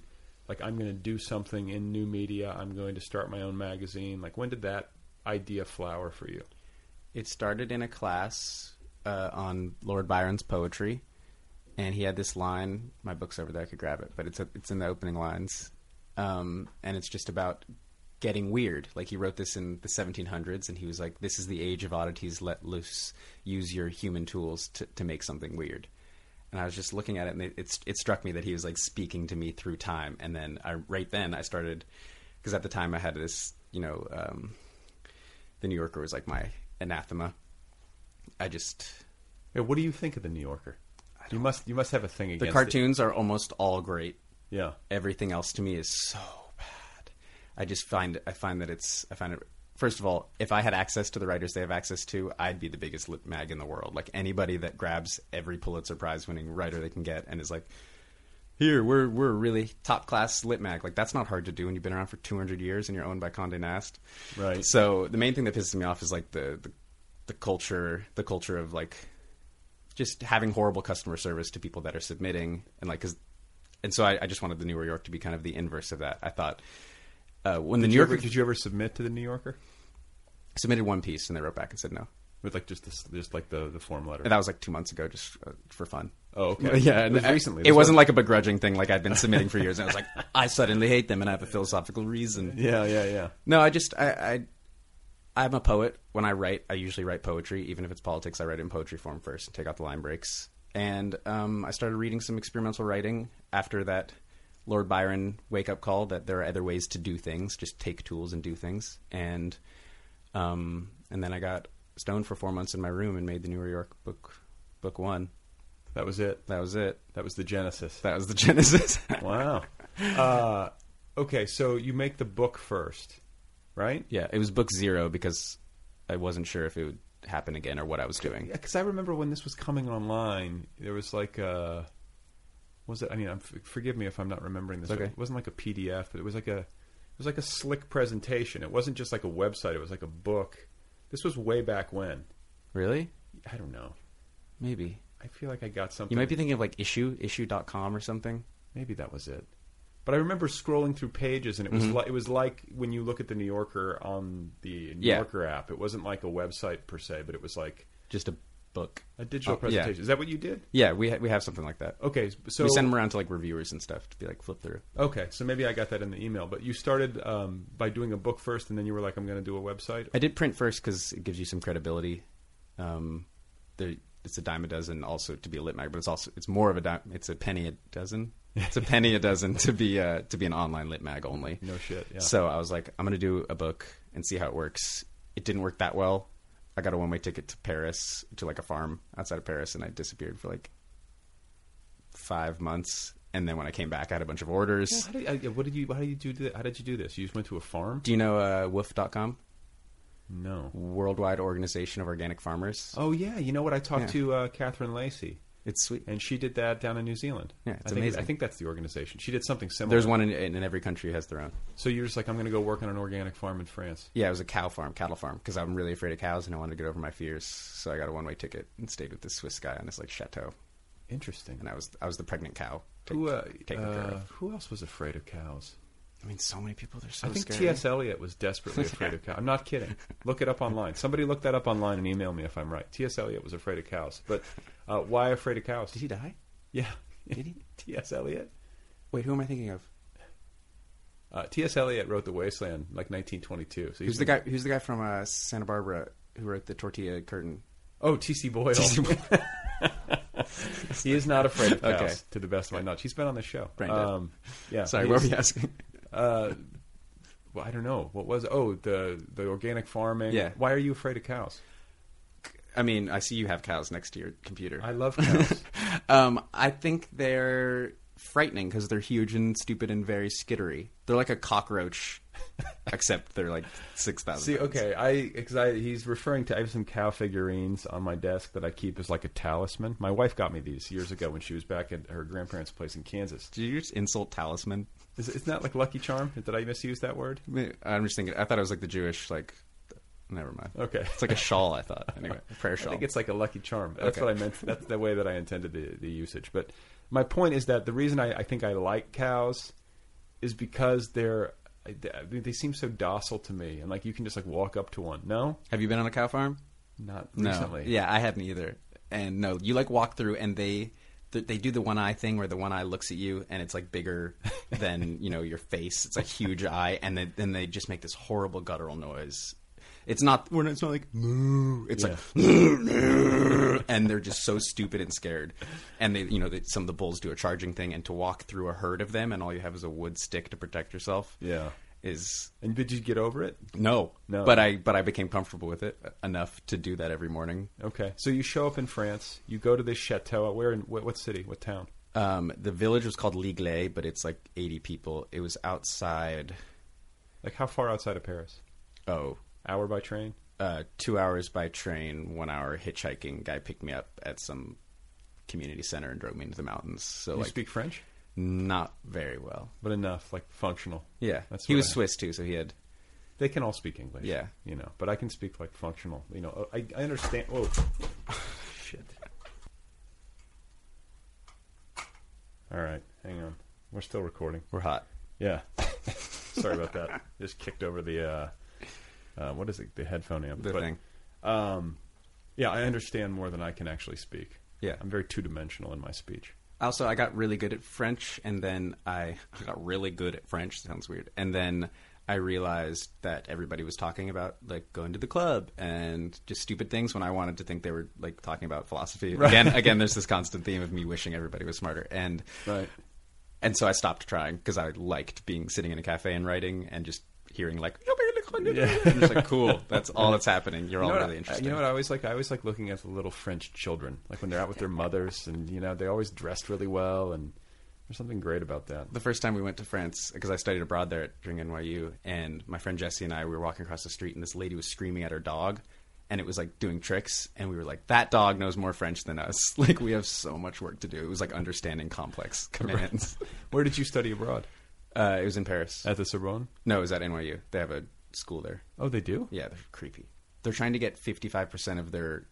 like, I'm going to do something in new media? I'm going to start my own magazine. Like, when did that idea flower for you? it started in a class uh, on Lord Byron's poetry, and he had this line. My book's over there; I could grab it, but it's it's in the opening lines, um, and it's just about getting weird. Like he wrote this in the 1700s, and he was like, "This is the age of oddities. Let loose. Use your human tools to to make something weird." And I was just looking at it, and it, it, it struck me that he was like speaking to me through time. And then I right then I started because at the time I had this, you know, um, the New Yorker was like my anathema. I just Yeah, what do you think of the New Yorker? You must you must have a thing against the it. cartoons are almost all great. Yeah, everything else to me is so bad. I just find I find that it's I find it first of all, if I had access to the writers they have access to, I'd be the biggest lit mag in the world. Like anybody that grabs every Pulitzer Prize winning writer they can get and is like here we're we're a really top class lit mag. Like that's not hard to do when you've been around for 200 years and you're owned by Condé Nast. Right. So the main thing that pisses me off is like the the, the culture the culture of like just having horrible customer service to people that are submitting and like 'cause- and so I, I just wanted the New York to be kind of the inverse of that. I thought uh, when the New Did you, Yorker ever, did you ever submit to the New Yorker submitted one piece and they wrote back and said no. with like just this, just like the the form letter? And that was like two months ago, just uh, for fun. Oh, okay. Uh, Yeah, It and was I- recently. It This wasn't was- like a begrudging thing. Like I'd been submitting for years, and I was like, I suddenly hate them, and I have a philosophical reason. yeah, yeah, yeah. No, I just I, I I'm a poet. When I write, I usually write poetry, even if it's politics. I write it in poetry form first and take out the line breaks. And um, I started reading some experimental writing after that Lord Byron wake up call that there are other ways to do things, just take tools and do things. And um, and then I got stoned for four months in my room and made the New York book book one. That was it. That was it. That was the genesis. That was the genesis. Wow. Uh, okay, so you make the book first, right? yeah, it was book zero because I wasn't sure if it would happen again or what I was doing. because I remember when this was coming online, there was like a was it? I mean, I'm, forgive me if I'm not remembering this. It's okay. It wasn't like a PDF, but it was like a it was like a slick presentation. It wasn't just like a website. It was like a book. This was way back when. Really? I don't know. Maybe. I feel like I got something. You might be thinking of like issue, issue.com or something. Maybe that was it. But I remember scrolling through pages, and it was Mm-hmm. like it was like when you look at the New Yorker on the New Yeah. Yorker app. It wasn't like a website per se, but it was like Just a book. a digital Oh, yeah. presentation. Is that what you did? Yeah, we, ha- we have something like that. Okay, so we send them around to like reviewers and stuff to be like flip through. okay, so maybe I got that in the email. But you started um, by doing a book first, and then you were like, "I'm going to do a website." I did print first because it gives you some credibility. Um, there, it's a dime a dozen also to be a lit mag, but it's also it's more of a dime. It's a penny a dozen. It's a penny a dozen to be uh, to be an online lit mag only. No shit, yeah. So I was like, I'm gonna do a book and see how it works. It didn't work that well. I got a one way ticket to Paris to like a farm outside of Paris, and I disappeared for like five months. And then when I came back, I had a bunch of orders. How did, I, what did you? How did you do? th- How did you do this? You just went to a farm? Do you know uh, Woof.com? No. Worldwide Organization of Organic Farmers. Oh yeah, you know what? I talked Yeah. to uh, Catherine Lacey, It's sweet. and she did that down in New Zealand. Yeah, it's I think, amazing. I think that's the organization. She did something similar. There's one in, in, in every country has their own. So you're just like, I'm going to go work on an organic farm in France. Yeah, it was a cow farm, cattle farm, because I'm really afraid of cows and I wanted to get over my fears. So I got a one way ticket and stayed with this Swiss guy on this like chateau, Interesting. and I was I was the pregnant cow. Take, Who, uh, taken care uh, of. who else was afraid of cows? I mean, so many people they're so I think scary. T.S. Eliot was desperately afraid of cows. I'm not kidding. Look it up online. Somebody look that up online and email me if I'm right. T.S. Eliot was afraid of cows. But uh, why afraid of cows? Did he die? Yeah. Did he? T.S. Eliot? Wait, who am I thinking of? Uh, T.S. Eliot wrote The Wasteland like 1922. So he's Who's the been- guy? Who's the guy from uh, Santa Barbara who wrote the tortilla curtain? Oh, T.C. Boyle. he is not afraid of cows, Okay. to the best of my knowledge. He's been on the show. Brain dead. Um, yeah. Sorry, he what is- were you asking? uh, well, I don't know what was. Oh, the the organic farming. Yeah. Why are you afraid of cows? I mean, I see you have cows next to your computer. I love cows. um, I think they're frightening because they're huge and stupid and very skittery. They're like a cockroach, except they're like six thousand. See, okay, I because I he's referring to I have some cow figurines on my desk that I keep as like a talisman. My wife got me these years ago when she was back at her grandparents' place in Kansas. Did you just insult talisman? Is, isn't that like Lucky Charm? Did I misuse that word? I'm just thinking. I thought it was like the Jewish like. Never mind. Okay. it's like a shawl. I thought anyway. a Prayer shawl. I think it's like a lucky charm. That's Okay. what I meant. That's the way that I intended the, the usage. But my point is that the reason I, I think I like cows is because they're I- they they seem so docile to me, and like you can just like walk up to one. No, Have you been on a cow farm? not No. recently. Yeah, I haven't either. and no, you like walk through, and they th- they do the one eye thing where the one eye looks at you, and it's like bigger than you know your face. It's a huge eye, and then then they just make this horrible guttural noise. It's not. We're not. It's not like moo. It's like, and they're just so stupid and scared. And they, you know, they, some of the bulls do a charging thing, and to walk through a herd of them, and all you have is a wood stick to protect yourself. Yeah. is And did you get over it? no, No. But I but I became comfortable with it enough to do that every morning. Okay. So you show up in France. You go to this chateau. Where in what, what city? What town? Um, the village was called Ligle, but it's like eighty people. It was outside. Like how far outside of Paris? Oh, Hour by train. uh, two hours by train, one hour hitchhiking. Guy picked me up at some community center and drove me into the mountains. So You like, speak French, not very well. but enough, like functional. Yeah, That's he what was I- Swiss too, so he had. They can all speak English. Yeah. You know, but I can speak like functional. You know, I, I understand. Whoa. Shit. All right. Hang on. We're still recording. We're hot. Yeah. Sorry about that. Just kicked over the, uh, uh, what is it? The headphone amp. The thing. Yeah, I understand more than I can actually speak. Yeah. I'm very two dimensional in my speech. Also, I got really good at French, and then I, I got really good at French. Sounds weird. And then I realized that everybody was talking about like going to the club and just stupid things when I wanted to think they were like talking about philosophy. Again, again, there's this constant theme of me wishing everybody was smarter. And Right. and so I stopped trying because I liked being sitting in a cafe and writing and just hearing like. I'm just like cool. That's all that's happening. You're all know what really I- interesting. You know what I always like? I always like looking at the little French children, like when they're out with their mothers, and you know they always dressed really well, and there's something great about that. the first time we went to France because I studied abroad there at during NYU, and my friend Jesse and I we were walking across the street, and this lady was screaming at her dog, and it was like doing tricks, and we were like, "That dog knows more French than us. Like we have so much work to do." It was like understanding complex commands. Where did you study abroad? uh, it was in Paris. At the Sorbonne. no, it was at NYU. They have a school there. Oh, they do. Yeah, they're creepy. They're trying to get fifty-five percent of their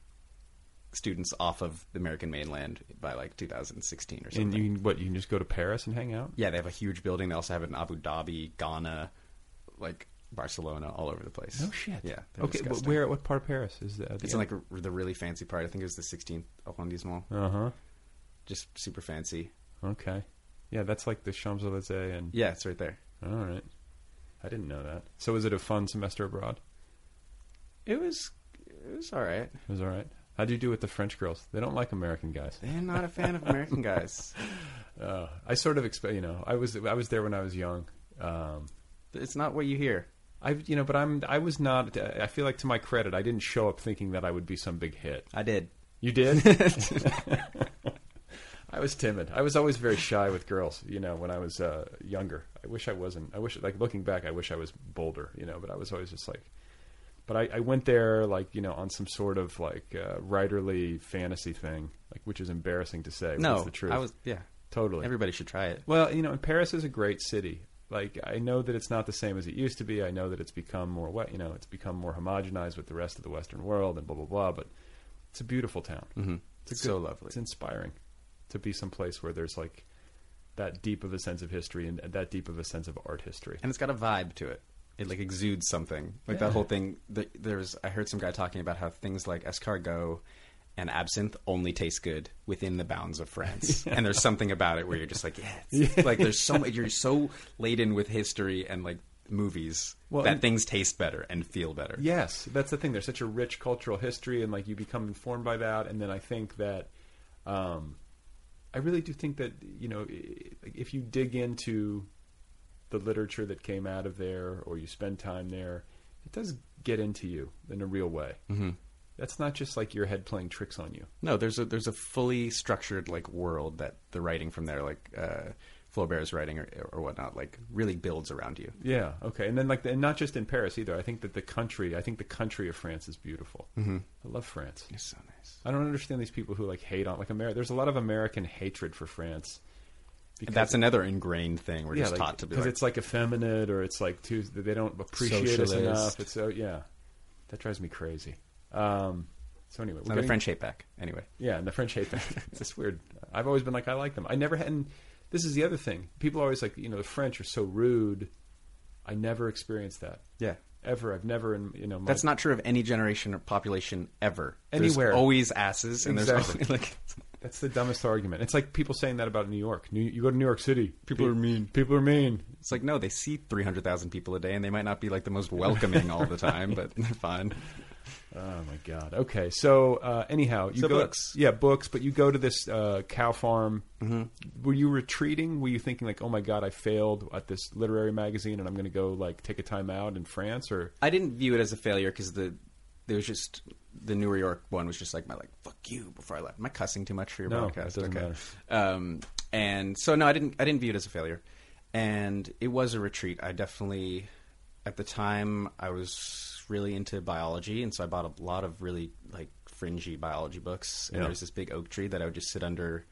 students off of the American mainland by like 2016 or something. And you can- what? You can just go to Paris and hang out. Yeah, they have a huge building. They also have it in Abu Dhabi, Ghana, like Barcelona, all over the place. No shit. Yeah. they're Okay. But disgusting. where? What part of Paris is that? It's in like r- the really fancy part. I think it was the 16th arrondissement. Uh huh. Just super fancy. Okay. Yeah, that's like the Champs Elysees, and Yeah, it's right there. all right. I didn't know that. So was it a fun semester abroad? It was. It was all right. It was all right. How'd you do with the French girls? They don't like American guys. They're not a fan of American guys. I sort of expect, you know, I was I was there when I was young. Um, It's not what you hear. I, you know, but I'm I was not. I feel like to my credit, I didn't show up thinking that I would be some big hit. I did. You did. I was timid. I was always very shy with girls. You know, when I was uh, younger, I wish I wasn't. I wish, like looking back, I wish I was bolder. You know, but I was always just like. But I, I went there like you know on some sort of like uh, writerly fantasy thing, like which is embarrassing to say. but No, it's the truth. I was. Yeah, totally. Everybody should try it. Well, you know, and Paris is a great city. Like I know that it's not the same as it used to be. I know that it's become more wet. You know, it's become more homogenized with the rest of the Western world and blah blah blah. But it's a beautiful town. Mm-hmm. It's a So lovely. It's inspiring to be someplace where there's like that deep of a sense of history and that deep of a sense of art history. and it's got a vibe to it. It like exudes something. Like that whole thing. th there's I heard some guy talking about how things like escargot and absinthe only taste good within the bounds of France. And there's something about it where you're just like, yeah, it's, like there's so much. You're so laden with history and like movies Well, that and- things taste better and feel better. Yes, that's the thing. There's such a rich cultural history, and like you become informed by that. And then I think that, um, I really do think that you know, i- like, if you dig into the literature that came out of there, or you spend time there, it does get into you in a real way. Mm-hmm. That's not just like your head playing tricks on you. No, there's a there's a fully structured like world that the writing from there, like uh, Flaubert's writing or, or whatnot, like really builds around you. Yeah. Okay. And then like, the, and not just in Paris either. I think that the country, I think the country of France is beautiful. Mm-hmm. I love France. It's so nice. I don't understand these people who like hate on like America. There's a lot of American hatred for France. Because That's another ingrained thing we're just like, taught to be. because like, it's like effeminate or it's like too they don't appreciate us Socialist. enough. It's so yeah, that drives me crazy. Um, so anyway, we're No, getting- the French hate back. Anyway, yeah, and the French hate that. it's just weird. I've always been like I like them. I never had. And this is the other thing. People are always like you know the French are so rude. I never experienced that. Yeah. Ever. I've never in you know my, That's not true of any generation or population ever. Anywhere. There's always asses, and Exactly. there's always, like That's the dumbest argument. It's like people saying that about New York. New, you go to New York City. People are mean. People are mean. it's like no, they see three hundred thousand people a day, and they might not be like the most welcoming all the time, but they're fine. Oh my god. Okay. So uh, anyhow, you So go books. Yeah, books. But you go to this uh, cow farm. Mm-hmm. Were you retreating? Were you thinking like, oh my god, I failed at this literary magazine, and I'm going to go like take a time out in France? Or I didn't view it as a failure because the there was just the New York one was just like my like fuck you before I left. Am I cussing too much for your No, podcast? it doesn't okay. Um, and so no, I didn't. I didn't view it as a failure, and it was a retreat. I definitely at the time I was really into biology, and so I bought a lot of really like fringy biology books. And Yeah. there was this big oak tree that I would just sit under.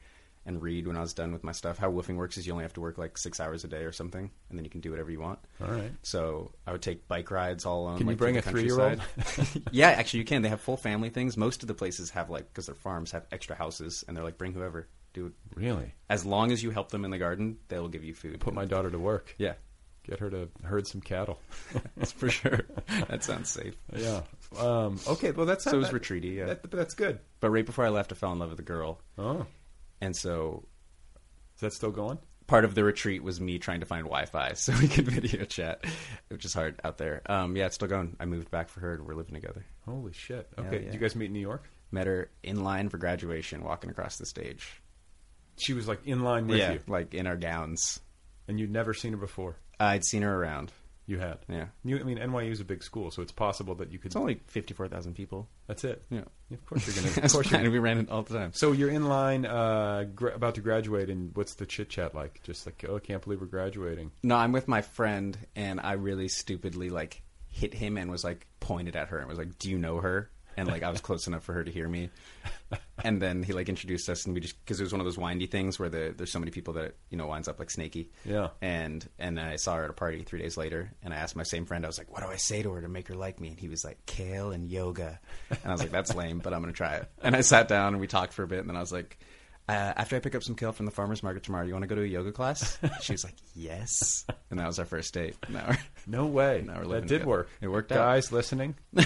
And read when I was done with my stuff. How woofing works is you only have to work like six hours a day or something, and then you can do whatever you want. All right. So I would take bike rides all alone. Can you like, through bring the a three-year-old? countryside. yeah, actually, you can. They have full family things. Most of the places have like because they're farms have extra houses, and they're like, bring whoever, do it. really, As long as you help them in the garden, they will give you food. put my daughter to work. yeah, Get her to herd some cattle. that's for sure. that sounds safe. yeah. Um, okay. Well, that's So it was retreaty. Yeah, That, but that's good. but right before I left, I fell in love with a girl, Oh, and so is that still going? part of the retreat was me trying to find Wi-Fi so we could video chat, which is hard out there. Um, yeah, it's still going. I moved back for her, and we're living together. Holy shit. Okay. yeah. Did you guys meet in New York? Met her in line for graduation, walking across the stage. She was like in line with you, like in our gowns. and you'd never seen her before. I'd seen her around. You had. Yeah. You, I mean, NYU is a big school, so it's possible that you could. It's only fifty-four thousand people. That's it. Yeah. Of course you're gonna. Of course you're. and Gonna, we ran it all the time. so you're in line, uh, gra- about to graduate, and what's the chit chat like? Just like, oh, I can't believe we're graduating. No, I'm with my friend, and I really stupidly like hit him and was like pointed at her and was like, "Do you know her?" And like I was close enough for her to hear me. And then he like introduced us, and we just because it was one of those windy things where the, there's so many people that it, you know winds up like snaky. Yeah. And and I saw her at a party three days later, and I asked my same friend, I was like, "What do I say to her to make her like me?" And he was like, "Kale and yoga." And I was like, "That's lame, but I'm gonna try it." And I sat down and we talked for a bit, and then I was like. Uh, after I pick up some kale from the farmer's market tomorrow, you want to go to a yoga class? She was like, yes. And that was our first date. Now we're- No way. Now we're that living did together. work. It worked out. Guys listening,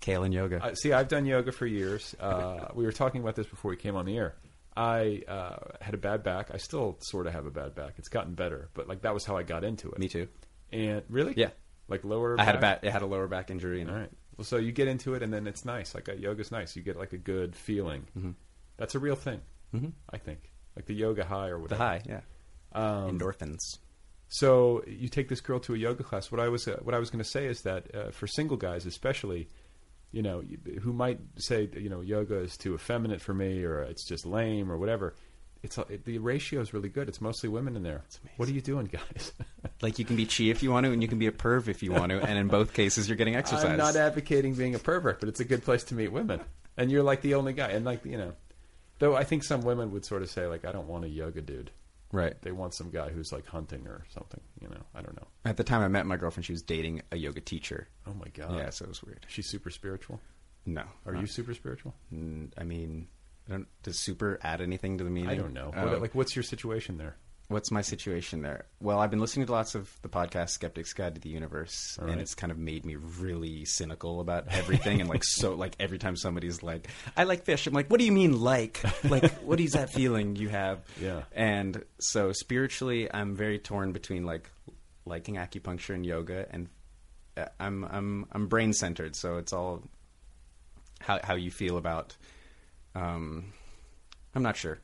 kale and yoga. Uh, see, I've done yoga for years. Uh, we were talking about this before we came on the air. I uh, had a bad back. I still sort of have a bad back. It's gotten better, but like that was how I got into it. Me too. And really, Yeah. like lower. I had a back? bat. It had a lower back injury. And All right. Well, so you get into it, and then it's nice. Like uh, yoga's nice. You get like a good feeling. Mm-hmm. That's a real thing. Mm-hmm. I think, like the yoga high or The whatever. high, yeah. Um, Endorphins. So you take this girl to a yoga class. What I was uh, what I was going to say is that uh, for single guys, especially, you know, you- who might say you know yoga is too effeminate for me, or it's just lame, or whatever. It's uh, it, the ratio is really good. It's mostly women in there. What are you doing, guys? Like you can be chi if you want to, and you can be a perv if you want to, and in both cases you're getting exercise. I'm not advocating being a pervert, but it's a good place to meet women. And you're like the only guy. And like, you know, though I think some women would sort of say like, I don't want a yoga dude. right. They want some guy who's like hunting or something. You know, I don't know. At the time I met my girlfriend, she was dating a yoga teacher. Oh my god. yeah, so Uh, it was weird. She's super spiritual. No, Are you super spiritual? you? I mean, I don't, does super add anything to the meaning? I don't know. Oh. What, like, what's your situation there? what's my situation there? Well, I've been listening to lots of the podcast Skeptic's Guide to the Universe, and right. it's kind of made me really cynical about everything. and like, so like every time somebody's like, "I like fish," I'm like, "What do you mean like? Like, what is that feeling you have?" Yeah. And so spiritually, I'm very torn between like liking acupuncture and yoga, and uh, I'm I'm I'm brain centered, so it's all how how you feel about. Um, I'm not sure.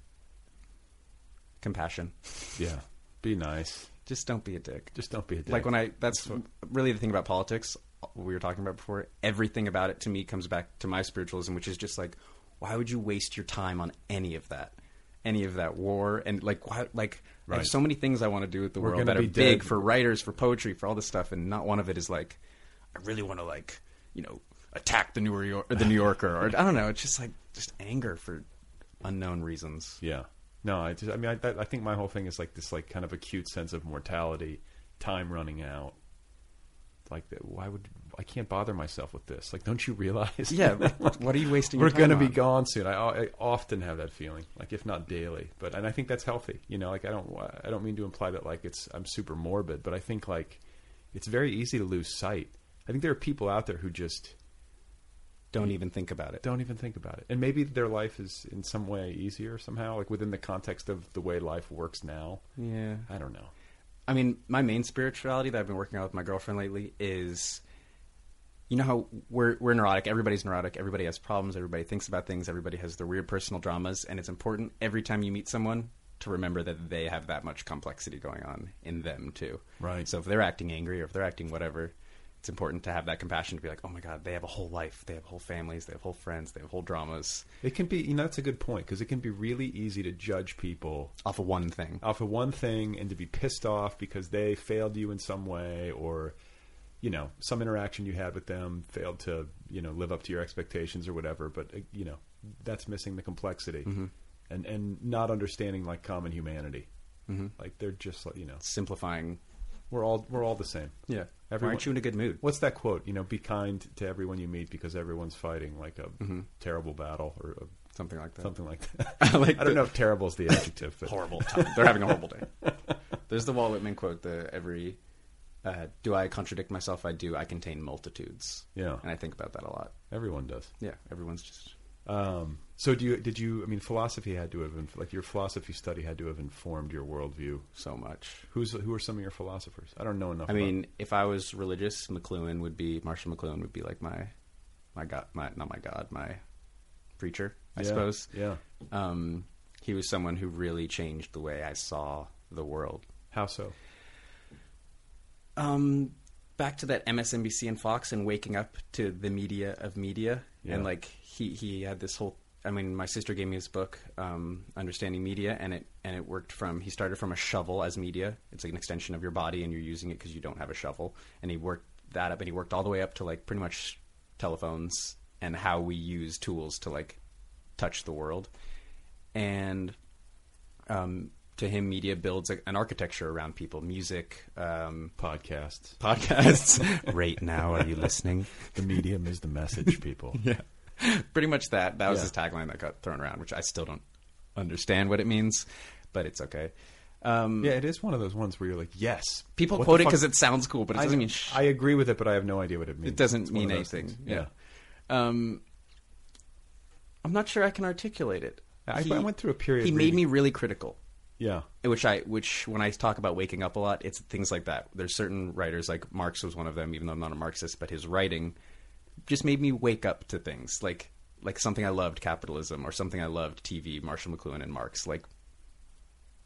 Compassion Yeah. Be nice. just don't be a dick. Just don't be a dick. Like when I, that's really the thing about politics we were talking about before. Everything about it to me comes back to my spiritualism, which is just like, why would you waste your time on any of that? Any of that war and like, why, like I Right. have so many things I want to do with the We're world gonna that are be big dead. for writers, for poetry, for all this stuff, and not one of it is like, I really want to like, you know, attack the New York, the New Yorker, or I don't know. It's just like just anger for unknown reasons. Yeah. No, I just, I mean, I, that, I think my whole thing is like this, like kind of acute sense of mortality, time running out. Like, that- why would I can't bother myself with this? Like, don't you realize? Yeah, what are you wasting We're your time gonna be on? gone soon. I, I often have that feeling, like if not daily, but and I think that's healthy. You know, like I don't, I don't mean to imply that like it's I'm super morbid, but I think like it's very easy to lose sight. I think there are people out there who just Don't even think about it. don't even think about it. And maybe their life is in some way easier somehow, like within the context of the way life works now. Yeah. I don't know. I mean, my main spirituality that I've been working on with my girlfriend lately is, you know how we're we're neurotic. Everybody's neurotic. Everybody has problems. Everybody thinks about things. Everybody has their weird personal dramas, and it's important every time you meet someone to remember that they have that much complexity going on in them too. Right. So if they're acting angry or if they're acting whatever, it's important to have that compassion to be like, oh my god, they have a whole life. They have whole families. They have whole friends. They have whole dramas It can be, you know, that's a good point because it can be really easy to judge people off of one thing. off of one thing and to be pissed off because they failed you in some way or you know some interaction you had with them failed to you know live up to your expectations or whatever but uh, you know that's missing the complexity Mm-hmm. and and not understanding like common humanity Mm-hmm. like they're just like you know Simplifying. we're all we're all the same Yeah. Everyone- Aren't you in a good mood? what's that quote you know be kind to everyone you meet because everyone's fighting like a Mm-hmm. terrible battle or a, Something like that. something like that like i don't know if terrible is the adjective but horrible time. They're having a horrible day. There's the Walt Whitman quote: "The every uh, do I contradict myself? I do. I contain multitudes." Yeah. and I think about that a lot. everyone does Yeah, everyone's just Um, so do you, did you, I mean, philosophy had to have, inf- like your philosophy study had to have informed your worldview. so much. Who's, who are some of your philosophers? I don't know enough. I about- mean, if I was religious, McLuhan would be Marshall McLuhan would be like my my god, my not my god, my preacher, I Yeah, suppose. Yeah. Um, he was someone who really changed the way I saw the world. How so? Um, back to that MSNBC and Fox and waking up to the media of media, Yeah. and like he he had this whole. I mean, my sister gave me his book, um, Understanding Media, and it and it worked from. He started from a shovel as media. It's like an extension of your body, and you're using it because you don't have a shovel. And he worked that up, and he worked all the way up to like pretty much telephones and how we use tools to like touch the world. And um, to him, media builds a, an architecture around people, music, um, Podcasts. podcasts. Rate now. Are you listening? The medium is the message, people. yeah. Pretty much that. That was Yeah. his tagline that got thrown around, which I still don't understand what it means, but it's okay. Um, Yeah, it is one of those ones where you're like, yes. People What quote the it because fuck- it sounds cool, but it I, doesn't mean sh- I agree with it, but I have no idea what it means. it doesn't It's one mean of those anything. things. Yeah. Um, I'm not sure I can articulate it. I- I went through a period He made reading- me really critical. Yeah. which I which when I talk about waking up a lot, it's things like that. There's certain writers like Marx was one of them, even though I'm not a Marxist, but his writing just made me wake up to things like like something I loved, capitalism, or something I loved, TV, Marshall McLuhan and Marx. Like,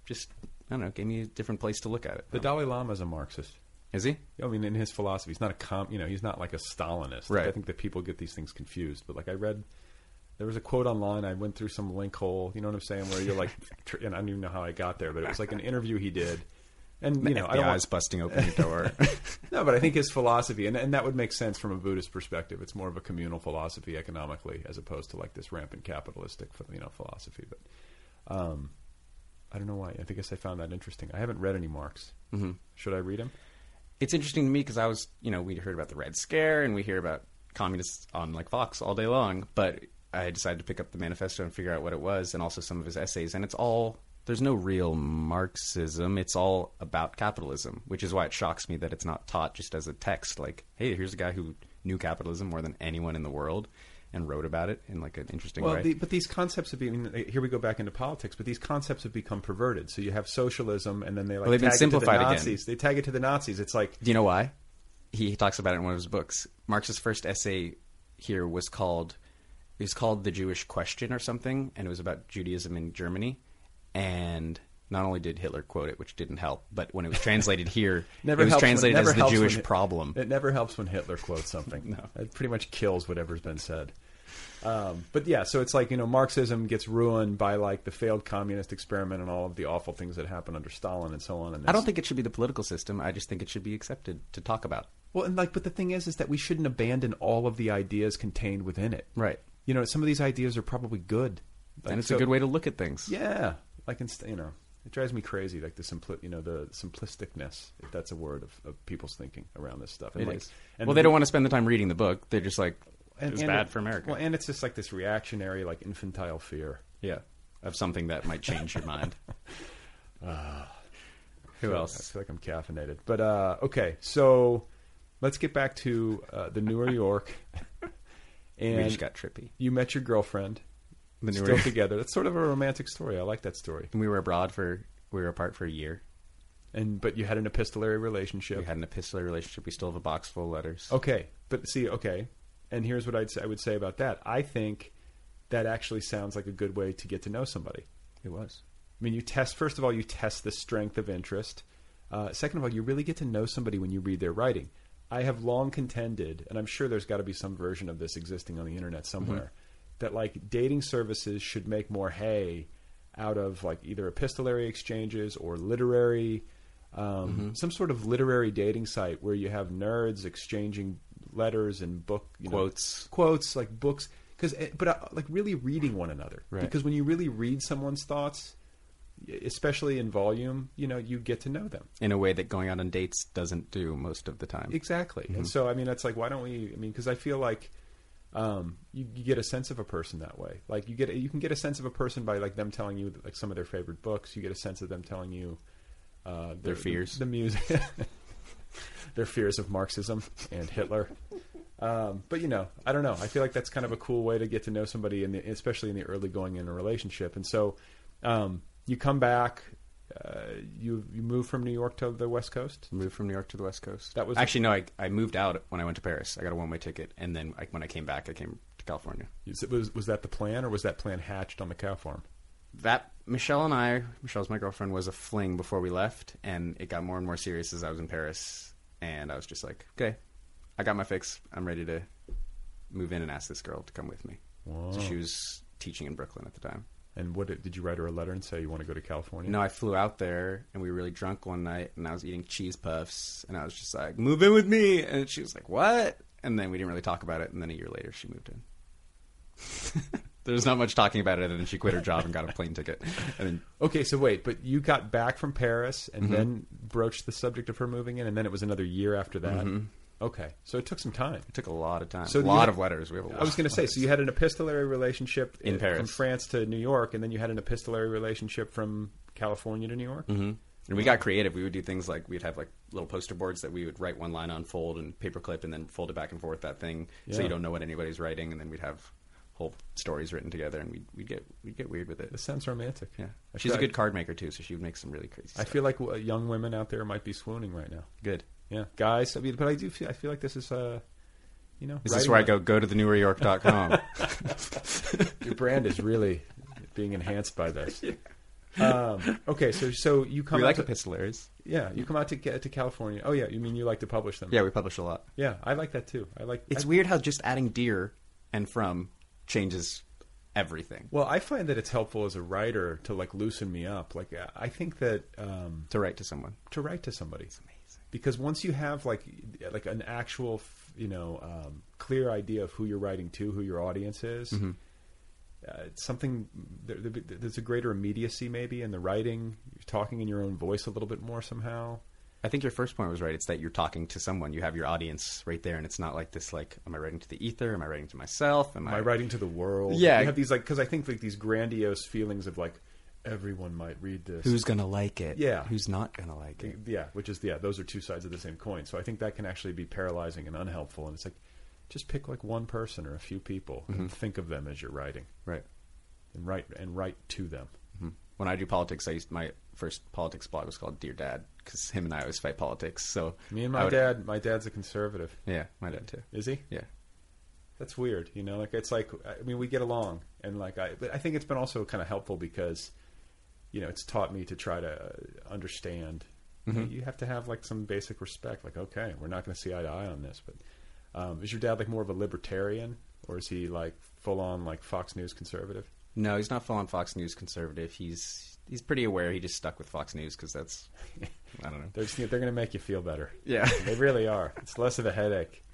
just I don't know, gave me a different place to look at it. The Dalai Lama is a Marxist. Is he? I mean, in his philosophy, he's not a com. You know, he's not like a Stalinist. Right. I think that people get these things confused. But like I read, there was a quote online. I went through some link hole. You know what I'm saying? Where you're like, tr- and I don't even know how I got there, but it was like an interview he did. And you know, I FBI's don't want, busting open your door. no, but I think his philosophy, and, and that would make sense from a Buddhist perspective. It's more of a communal philosophy economically, as opposed to like this rampant capitalistic, you know, philosophy. But um, I don't know why. I guess I found that interesting. I haven't read any Marx. Mm-hmm. Should I read him? it's interesting to me because I was, you know, we heard about the Red Scare and we hear about communists on like Fox all day long, but I decided to pick up the manifesto and figure out what it was and also some of his essays. And it's all, there's no real Marxism. It's all about capitalism, which is why it shocks me that it's not taught just as a text. Like, hey, here's a guy who knew capitalism more than anyone in the world and wrote about it in like an interesting Well, way. the, but these concepts have been. I mean, here we go back into politics, but these concepts have become perverted. So you have socialism, and then they like Well, they've been tag simplified it to the again. Nazis. They tag it to the Nazis. It's like Do you know why? He talks about it in one of his books. Marx's first essay here was called it was called The Jewish Question or something, and it was about Judaism in Germany. And not only did Hitler quote it, which didn't help, but when it was translated here, never it was helps when- translated never as the helps Jewish when- problem. It never helps when Hitler quotes something. It pretty much kills whatever's been said. Um, but yeah, so it's like you know, Marxism gets ruined by like the failed communist experiment and all of the awful things that happened under Stalin and so on. And I don't this- think it should be the political system. I just think it should be accepted to talk about. Well, and like, but the thing is, is that we shouldn't abandon all of the ideas contained within it. Right. You know, some of these ideas are probably good, Like, and it's so- a good way to look at things. Yeah, like inst- you know, it drives me crazy. Like the simpli- you know, the simplisticness, if that's a word of, of people's thinking around this stuff. It like, is. well, they the- don't want to spend the time reading the book. They're just like, and- it's and bad it- for America. Well, and it's just like this reactionary, like infantile fear. yeah, of something that might change your mind. Who I else? feel like I'm caffeinated. But uh, okay, so let's get back to uh, the newer York. And We just got trippy. you met your girlfriend. The newer still York. together. That's sort of a romantic story. I like that story. And we were abroad for we were apart for a year. And but you had an epistolary relationship. We had an epistolary relationship. We still have a box full of letters. Okay, but see, okay, and here's what I'd say, I would say about that. I think that actually sounds like a good way to get to know somebody. it was. I mean, you test first of all, you test the strength of interest. Uh, second of all, you really get to know somebody when you read their writing. I have long contended, and I'm sure there's got to be some version of this existing on the internet somewhere, Mm-hmm. that like dating services should make more hay out of like either epistolary exchanges or literary, um, Mm-hmm. some sort of literary dating site where you have nerds exchanging letters and book you know, Quotes. quotes like books. Because, but uh, like really reading one another, Right. because when you really read someone's thoughts, e-, especially in volume, you know, you get to know them. In a way that going out on dates doesn't do most of the time. Mm-hmm. Exactly. And so, I mean, it's like, why don't we, I mean, because I feel like um, you, you get a sense of a person that way. Like you get, you can get a sense of a person by like them telling you like some of their favorite books. You get a sense of them telling you uh, Their fears. the, music, their fears of Marxism and Hitler. Um, but you know, I don't know. I feel like that's kind of a cool way to get to know somebody, in the, especially in the early going in a relationship. And so, um, you come back, uh, you you move from New York to the West Coast. Moved from New York to the West Coast. That was- actually no. I, I moved out when I went to Paris. I got a one way ticket, and then I, when I came back, I came to California. Is it- was was that the plan, or was that plan hatched on the cow farm? That Michelle and I, Michelle's my girlfriend, was a fling before we left, and it got more and more serious as I was in Paris. And I was just like, okay, I got my fix. I'm ready to move in and ask this girl to come with me. So she was teaching in Brooklyn at the time. And what did, did you write her a letter and say you want to go to California? No, I flew out there and we were really drunk one night and I was eating cheese puffs and I was just like, move in with me. And she was like, what? And then we didn't really talk about it. And then a year later, she moved in. There's not much talking about it. And then she quit her job and got a plane ticket. And then Okay, so wait, but you got back from Paris and Mm-hmm. then broached the subject of her moving in, and then it was another year after that. Mm-hmm. Okay, so it took some time. it took a lot of time. So a you lot had- of letters. We have a lot I was going of to say, so you had an epistolary relationship In uh, from Paris. France to New York, and then you had an epistolary relationship from California to New York. Mm-hmm. And we got creative. We would do things like we'd have like little poster boards that we would write one line on, fold and paperclip, and then fold it back and forth. That thing, so Yeah. you don't know what anybody's writing. And then we'd have whole stories written together, and we'd, we'd get we'd get weird with it. It sounds romantic. Yeah, I she's a feel good like- card maker too, so she would make some really crazy. I Stuff. feel like uh, young women out there might be swooning right now. good. Yeah, guys. I mean, but I do. Feel, I feel like this is uh, you know, Is this writing where I about- go? Go to the neweryork.com. Your brand is really being enhanced by this. Um, okay, so so you come we out like to, epistolaries. yeah you come out to get to California. Oh yeah, you mean you like to publish them? Yeah, we publish a lot. yeah, I like that too. I like It's I- weird how just adding deer and from changes everything. Well, I find that it's helpful as a writer to like loosen me up. Like I- I think that um, To write to someone. to write to somebody, it's amazing because once you have like like an actual you know um, clear idea of who you're writing to, who your audience is. Uh, it's something there, there, there's a greater immediacy maybe in the writing. You're talking in your own voice a little bit more somehow. I think your first point was right. It's that you're talking to someone. You have your audience right there, and it's not like this. Like, am I writing to the ether? Am I writing to myself? Am Am I writing to the world? Yeah. you have these like because I think like these grandiose feelings of like everyone might read this. Who's gonna like it? Yeah. Who's not gonna like it? yeah, which is yeah, those are two sides of the same coin. So I think that can actually be paralyzing and unhelpful. And it's like just pick like one person or a few people Mm-hmm. and think of them as you're writing Right. and write and write to them. When I do politics, I used my first politics blog was called Dear Dad because him and I always fight politics. So Me and I my would- dad, my dad's a conservative. Yeah, my dad too. Is he? Yeah. That's weird, you know. Like it's like I mean we get along, and like I, but I think it's been also kind of helpful because, you know, it's taught me to try to uh, understand. Mm-hmm. You have to have like some basic respect. Like, okay, we're not going to see eye to eye on this, but um, is your dad like more of a libertarian, or is he like full on like Fox News conservative? No, he's not full on Fox News conservative. He's he's pretty aware. He just stuck with Fox News because that's I don't know. They're just, they're going to make you feel better. Yeah. they really are. It's less of a headache.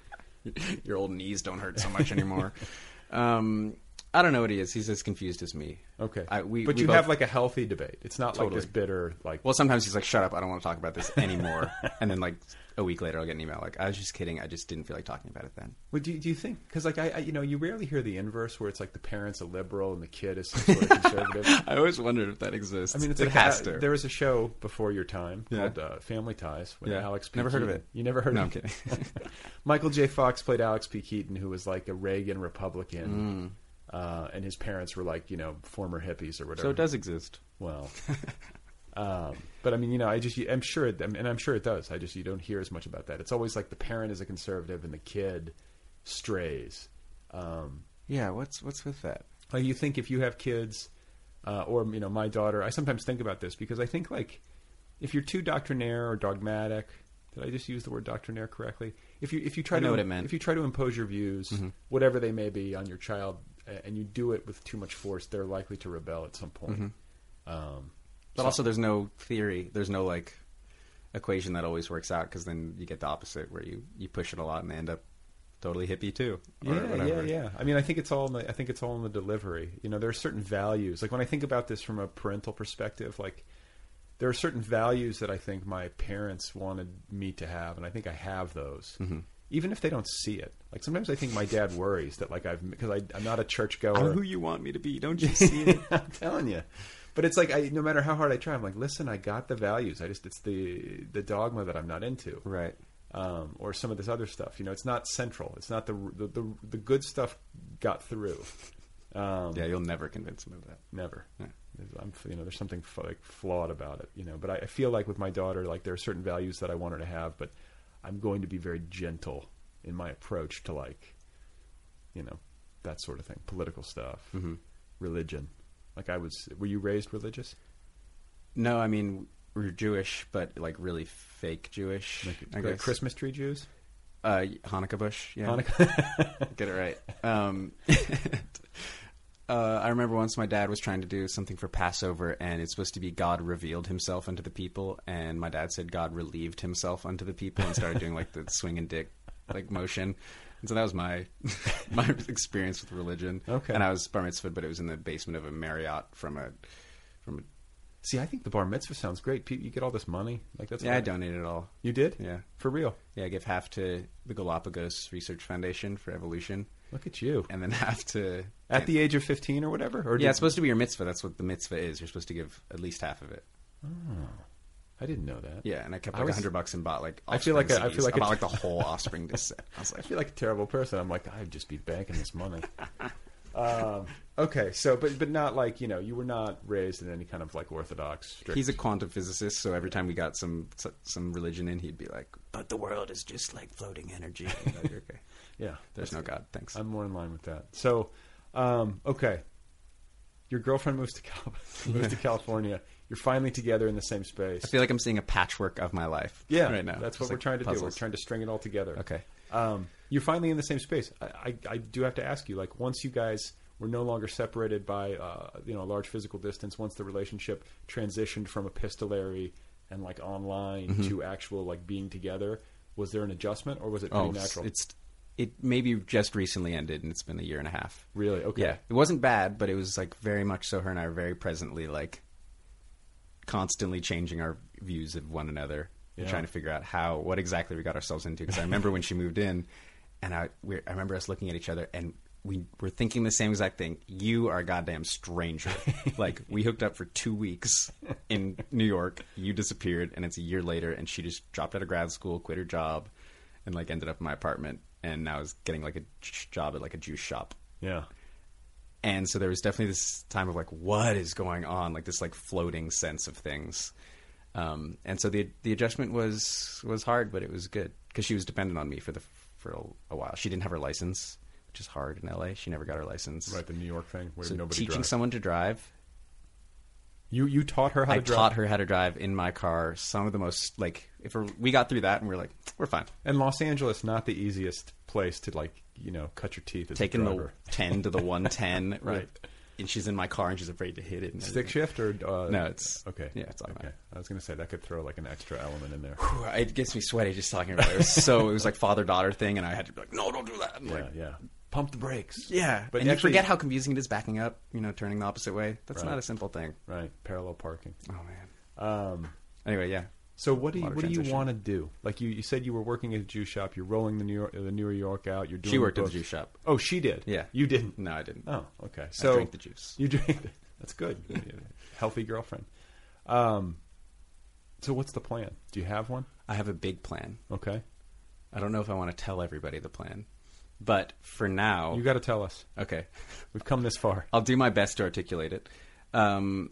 your old knees don't hurt so much anymore. um, I don't know what he is. He's as confused as me. Okay. I, we, but we you both- have like a healthy debate. It's not like Totally. this bitter, like, Well, sometimes he's like, "Shut up! I don't want to talk about this anymore." and then like a week later, I'll get an email like, "I was just kidding. I just didn't feel like talking about it then." Well, do, you- do you think? Because like I, I, you know, you rarely hear the inverse where it's like the parents a liberal and the kid is some sort of conservative. I always wondered if that exists. I mean, it's it like has uh, to. There was a show before your time Yeah. called uh, Family Ties with Yeah. Alex. P. Never heard of Keaton. it. You never heard No, of I'm it? kidding. Michael J. Fox played Alex P. Keaton, who was like a Reagan Republican, uh, and his parents were like you know former hippies or whatever. Mm. so it does exist. Well, um, but I mean, you know, I just I'm sure, it, and I'm sure it does. I just you don't hear as much about that. It's always like the parent is a conservative and the kid strays. Um, Yeah. What's what's with that? like you think if you have kids, uh, or you know, my daughter, I sometimes think about this because I think like if you're too doctrinaire or dogmatic, did I just use the word doctrinaire correctly? If you if you try I know to what it meant. Mm-hmm. if you try to impose your views, whatever they may be, on your child, a- and you do it with too much force, they're likely to rebel at some point. Mm-hmm. Um, But also, there's no theory. There's no like equation that always works out because then you get the opposite where you you push it a lot and they end up totally hippie too. Or yeah, whatever. yeah, yeah. I mean, I think it's all in the I think it's all in the delivery. You know, there are certain values. Like when I think about this from a parental perspective, like there are certain values that I think my parents wanted me to have, and I think I have those, Mm-hmm. even if they don't see it. Like sometimes I think my dad worries that like I've because I'm not a churchgoer. I'm who you want me to be. Don't you see it? I'm telling you. But it's like I, no matter how hard I try, I'm like, listen, I got the values. I just it's the the dogma that I'm not into, Right. Um, or some of this other stuff. You know, it's not central. It's not the the the, the good stuff got through. Um, yeah, you'll never convince them of that. never. Yeah. There's- I'm, you know, there's something f- like flawed about it. You know, but I, I feel like with my daughter, like there are certain values that I want her to have, but I'm going to be very gentle in my approach to like, you know, that sort of thing, political stuff, Mm-hmm. religion. Like I was, were you raised religious? No, I mean we're Jewish, but like really fake Jewish. I Like guess. Christmas tree Jews? uh, Hanukkah bush. Yeah, Hanukkah. get it right. Um, uh, I remember once my dad was trying to do something for Passover, and it's supposed to be God revealed Himself unto the people, and my dad said God relieved Himself unto the people, and started doing like the swing and dick like motion. And so that was my my experience with religion. Okay. and I was bar mitzvahed, but it was in the basement of a Marriott from a from a, See, I think the bar mitzvah sounds great. Pe- You get all this money, like that's yeah. I great. donated it all. You did? Yeah. for real. Yeah, I give half to the Galapagos Research Foundation for Evolution, Look at you. and then half to At the age of fifteen or whatever, or yeah, did- it's supposed to be your mitzvah. That's what the mitzvah is. You're supposed to give at least half of it. I didn't know that. Yeah, and I kept I like a was- hundred bucks and bought like I feel like offspring a- I CDs. feel like a- bought like the whole offspring disc set. I was I like, feel like a terrible person. I'm like, I'd just be banking this money. um, okay, so but but not like you know, you were not raised in any kind of like orthodox. Strict, he's a quantum physicist, so every time we got some some religion in, he'd be like, "But the world is just like floating energy." I'm like, okay, yeah. there's no god. Thanks. I'm more in line with that. So, um, okay, your girlfriend moves to Cal- moves to California. You're finally together in the same space. I feel like I'm seeing a patchwork of my life. yeah, right now. That's what Just, we're like, trying to do. We're puzzles. trying to string it all together. Okay. Um, you're finally in the same space. I, I, I do have to ask you, like, once you guys were no longer separated by, uh, you know, a large physical distance, once the relationship transitioned from epistolary and like online Mm-hmm. to actual like being together, was there an adjustment or was it pretty oh, natural? It's it maybe just recently ended, and it's been a year and a half. Really? Okay. Yeah, it wasn't bad, but it was like very much so. Her and I are very presently like constantly changing our views of one another and Yeah. trying to figure out how what exactly we got ourselves into. Because I remember when she moved in, and I we, I remember us looking at each other and. We were thinking the same exact thing. You are a goddamn stranger. like we hooked up for two weeks in New York. You disappeared, and it's a year later. And she just dropped out of grad school, quit her job, and like ended up in my apartment. And now is getting like a j- job at like a juice shop yeah. and so there was definitely this time of like what is going on like this like floating sense of things um, and so the the adjustment was was hard but it was good because she was dependent on me for the for a, a while she didn't have her license which is hard in la she never got her license Right. The New York thing where so nobody teaching drives. someone to drive you, you taught her how i to drive. taught her how to drive in my car some of the most like if we're, we got through that and we we're like we're fine And Los Angeles, not the easiest place to like, you know, cut your teeth as taking a the driver. 10 to the 110 Right. and she's in my car and she's afraid to hit it and stick everything. shift or uh, No, it's- okay. yeah, it's automatic. okay. I was gonna say that could throw like an extra element in there. it gets me sweaty just talking about it. It was so it was like father daughter thing, and I had to be like, no, don't do that. I'm yeah, like, yeah. pump the brakes. Yeah, But but and actually- you forget how confusing it is backing up. You know, turning the opposite way. That's Right. not a simple thing. Right. Parallel parking. Oh man. Um, Anyway, yeah. so what do you, Water what do you transition. want to do? Like you, you said you were working at a Jew shop. You're rolling the New York, the New York out. You're doing. She worked at the books. juice shop. Oh, she did. Yeah. You didn't. No, I didn't. Oh, okay. So drank the juice. You drink. That's good. Yeah. Healthy girlfriend. Um, so what's the plan? Do you have one? I have a big plan. Okay. I don't know if I want to tell everybody the plan, but for now, You got to tell us. okay. We've come this far. I'll do my best to articulate it. Um,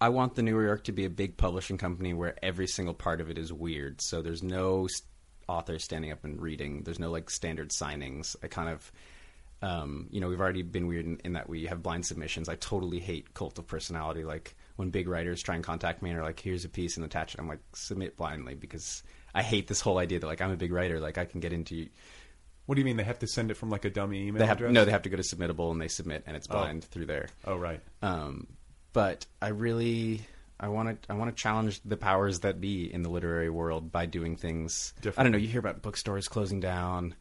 I want the New York to be a big publishing company where every single part of it is weird. So there's no s author standing up and reading. There's no like standard signings. I kind of, um, you know, we've already been weird in, in that we have blind submissions. I totally hate cult of personality. Like when big writers try and contact me and are like, "Here's a piece and attach it," I'm like, "Submit blindly," because I hate this whole idea that like I'm a big writer. Like I can get into What do you mean they have to send it from like a dummy email they have address? no they have to go to submittable and they submit and it's blind through there Oh, right. um, but i really i want to i want to challenge the powers that be in the literary world by doing things Different. i don't know you hear about bookstores closing down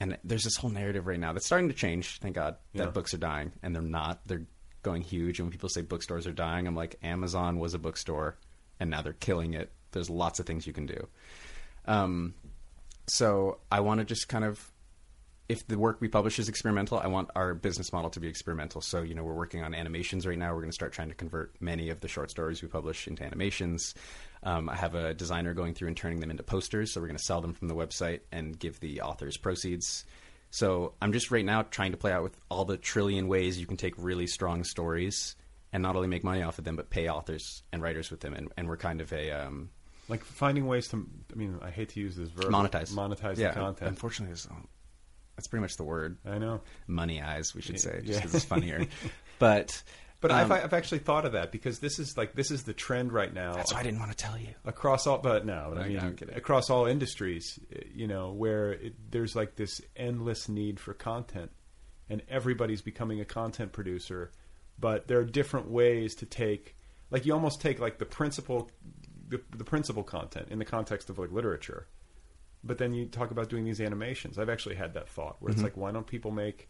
and there's this whole narrative right now that's starting to change thank god that Yeah. books are dying and they're not they're going huge and when people say bookstores are dying i'm like amazon was a bookstore and now they're killing it there's lots of things you can do um, so I want to just kind of, if the work we publish is experimental, I want our business model to be experimental. So you know, we're working on animations right now. We're going to start trying to convert many of the short stories we publish into animations. Um, I have a designer going through and turning them into posters. So we're going to sell them from the website and give the authors proceeds. So I'm just right now trying to play out with all the trillion ways you can take really strong stories and not only make money off of them, but pay authors and writers with them. And, and we're kind of a um, Like finding ways to. I mean, I hate to use this verb. monetize Monetize yeah, the content. Unfortunately, there's, that's pretty much the word. I know. Money eyes, we should say, just yeah. because it's funnier. but But I've, um, I've actually thought of that because this is like this is the trend right now. that's why I didn't want to tell you. across all but no, but I No, mean I'm kidding. across all industries, eh, you know, where it, there's like this endless need for content and everybody's becoming a content producer, but there are different ways to take like you almost take like the principal the, the principal content in the context of like literature. But then you talk about doing these animations. I've actually had that thought where Mm-hmm. it's like why don't people make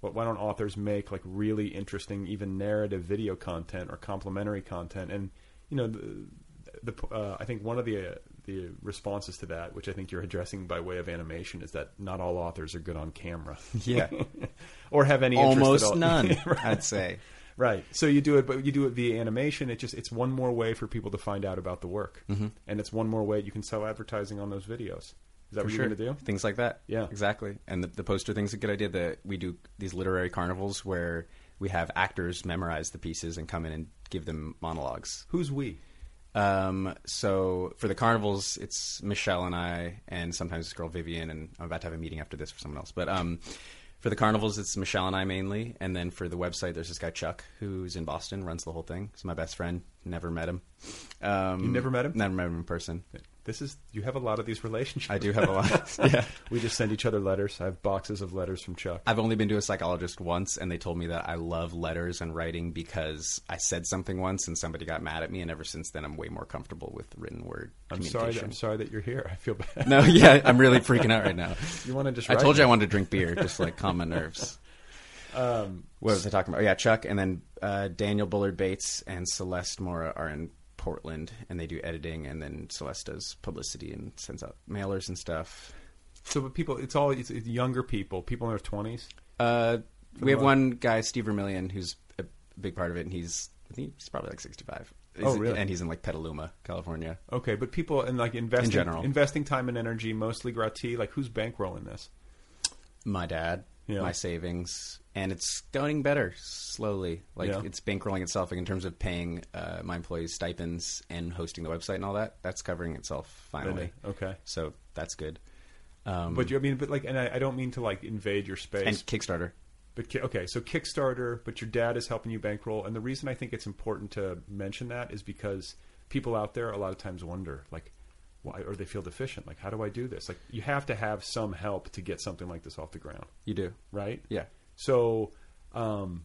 what why don't authors make like really interesting even narrative video content or complementary content and you know the, the uh, I think one of the uh, the responses to that, which I think you're addressing by way of animation, is that not all authors are good on camera. Yeah. or have any interest at Almost all. none, Right. I'd say. Right. So you do it, but you do it via animation. It just it's one more way for people to find out about the work, mm-hmm. and it's one more way you can sell advertising on those videos. Is that what you're going to do? Things like that. Yeah. exactly. And the, the poster thing's a good idea. That we do these literary carnivals where we have actors memorize the pieces and come in and give them monologues. Who's we? Um, so for the carnivals, it's Michelle and I, and sometimes this girl Vivian. And I'm about to have a meeting after this for someone else. But um, for the carnivals, it's Michelle and I mainly. And then for the website, there's this guy Chuck who's in Boston, runs the whole thing. He's my best friend. Never met him. Um, You never met him? Never met him in person. This is you have a lot of these relationships. I do have a lot. yeah. we just send each other letters. I have boxes of letters from Chuck. I've only been to a psychologist once, and they told me that I love letters and writing because I said something once, and somebody got mad at me. And ever since then, I'm way more comfortable with written word. I'm sorry. communication. That, I'm sorry that you're here. I feel bad. No, yeah, I'm really freaking out right now. You wanna just I write told you it. I wanted to drink beer, just like calm my nerves. Um, what was I talking about? Oh, yeah, Chuck, and then uh, Daniel Bullard Bates and Celeste Mora are in Portland, and they do editing, and then Celeste does publicity and sends out mailers and stuff. So, but people, it's all it's, it's younger people, people in their twenties. Uh, we have one guy, Steve Vermillion, who's a big part of it, and he's I think he's probably like 65. He's- Oh, really? And he's in like Petaluma, California. Okay, but people in like investing, general. investing time and energy, mostly gratuity. Like, who's bankrolling this? my dad, Yeah. my savings, and it's going better slowly. Like Yeah. it's bankrolling itself like, in terms of paying uh, my employees stipends and hosting the website and all that. That's covering itself finally. Really? Okay. so that's good. Um, But you, I mean, but like, and I, I don't mean to like invade your space. and Kickstarter, But ki- okay, so Kickstarter, but your dad is helping you bankroll, and the reason I think it's important to mention that is because people out there a lot of times wonder like why or they feel deficient like how do I do this? Like you have to have some help to get something like this off the ground, you do right? Yeah. So um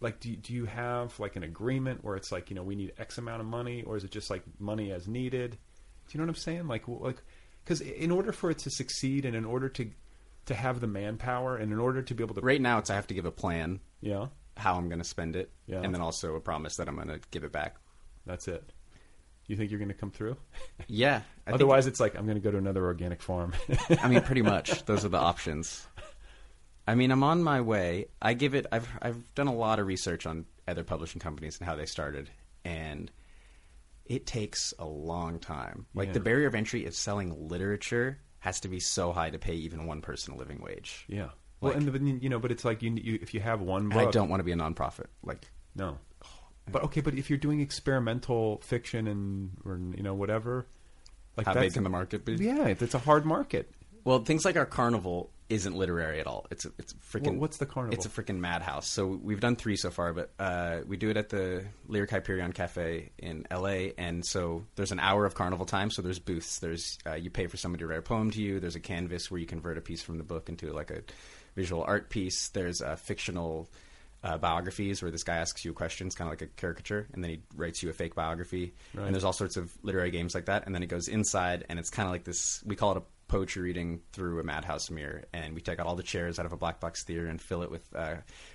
like do do you have like an agreement where it's like, you know, we need x amount of money or is it just like money as needed? Do you know what I'm saying? Like w- like cuz in order for it to succeed and in order to to have the manpower and in order to be able to Right now, it's I have to give a plan yeah how I'm going to spend it, Yeah. and then also a promise that I'm going to give it back. that's it you think you're going to come through Yeah. I think- otherwise it's like i'm going to go to another organic farm I mean, pretty much. Those are the options. I mean, I'm on my way. I give it. I've I've done a lot of research on other publishing companies and how they started, and it takes a long time. Like the barrier of entry of selling literature has to be so high to pay even one person a living wage. yeah well Like- and the, you know but it's like you, you if you have one And I book- don't want to be a nonprofit. Like No. But okay, but if you're doing experimental fiction and or you know whatever, like how that's- big can the market be? Yeah, it's it's a hard market. Well, things like our carnival isn't literary at all. It's a, it's a freaking. Wha- what's the carnival? It's a freaking madhouse. So we've done three so far, but uh, we do it at the Lyric Hyperion Cafe in L.A. And so there's an hour of carnival time. So there's booths. There's uh, you pay for somebody to write a poem to you. There's a canvas where you convert a piece from the book into like a visual art piece. There's uh, fictional. Uh, biographies where this guy asks you questions, kind of like a caricature, and then he writes you a fake biography. And there's all sorts of literary games like that. And then it goes inside, and it's kind of like this. We call it a poetry reading through a madhouse mirror, and we take out all the chairs out of a black box theater and fill it with uh,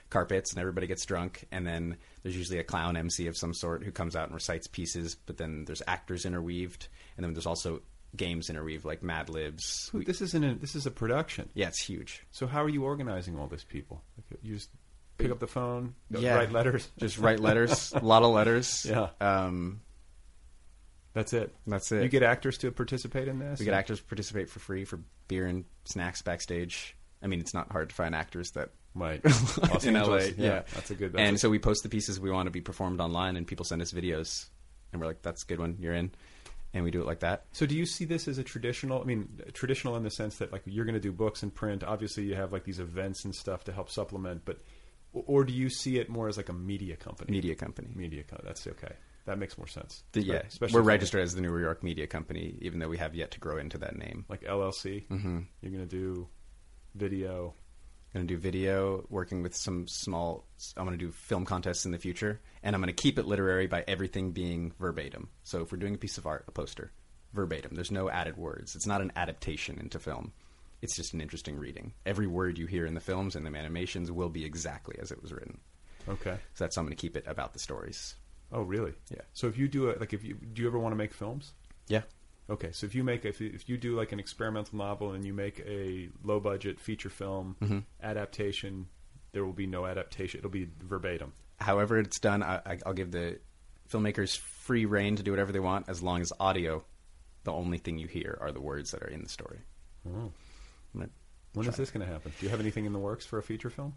carpets, and everybody gets drunk. And then there's usually a clown MC of some sort who comes out and recites pieces. But then there's actors interweaved, and then there's also games interweaved like Mad Libs. Dude, This isn't a, this is a production. Yeah, it's huge. So how are you organizing all these people? Like, you just pick up the phone, Yeah. write letters. Just write letters, a lot of letters. Yeah. Um, That's it. That's it. You get actors to participate in this. we get actors participate for free for beer and snacks backstage. I mean, it's not hard to find actors that right in LA. Yeah. that's a good. That's and a- so we post the pieces we want to be performed online, and people send us videos, and we're like, "That's a good one. You're in," and we do it like that. So do you see this as a traditional? I mean, traditional in the sense that like you're going to do books and print. Obviously, you have like these events and stuff to help supplement, but or do you see it more as like a media company? Media company. media company. That's okay. That makes more sense. The- Right. yeah, especially we're if- registered as the New York Media Company, even though we have yet to grow into that name. like LLC. Mm-hmm. You're going to do video. I'm gonna do video, working with some small. I'm gonna do film contests in the future, and I'm gonna keep it literary by everything being verbatim. So if we're doing a piece of art, a poster, verbatim. There's no added words. It's not an adaptation into film. It's just an interesting reading. Every word you hear in the films and the animations will be exactly as it was written. Okay. So that's how I'm going to keep it about the stories. Oh, really? Yeah. So if you do it, like, if you do you ever want to make films? Yeah. Okay, so if you make if you- if you do like an experimental novel and you make a low budget feature film adaptation, there will be no adaptation. It'll be verbatim. However, it's done. I, I- I'll give the filmmakers free reign to do whatever they want, as long as audio. The only thing you hear are the words that are in the story. I'm gonna- When is this going to happen? Do you have anything in the works for a feature film?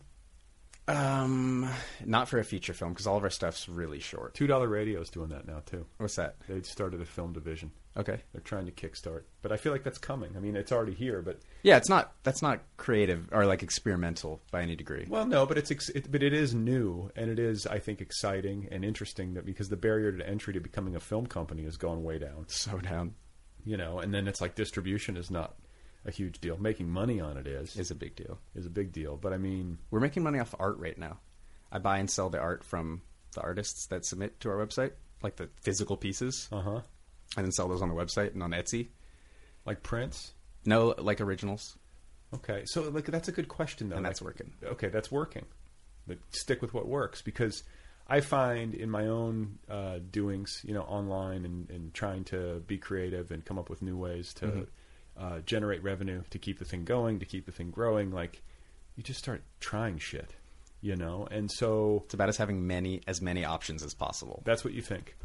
Um, not for a feature film because all of our stuff's really short. Two Dollar Radio is doing that now too. What's that? They started a film division. Okay. They're trying to kickstart, but I feel like that's coming. I mean, it's already here, but Yeah, it's not. That's not creative or like experimental by any degree. well, no, but it's ex- it, but it is new and it is I think exciting and interesting that because the barrier to entry to becoming a film company has gone way down. So down you know, and then it's like distribution is not a huge deal. Making money on it is is a big deal. is a big deal, but I mean, We're making money off art right now. I buy and sell the art from the artists that submit to our website, like the physical pieces, uh huh, and then sell those on the website and on Etsy. like Prince. No, like originals. Okay, so like that's a good question though, And that's Like, working. Oh, Okay, that's working. But stick with what works because I find in my own uh, doings, you know, online and, and trying to be creative and come up with new ways Mm-hmm. to uh, generate revenue to keep the thing going, to keep the thing growing. Like, you just start trying shit, you know, and so It's about us having many as many options as possible. that's what you think.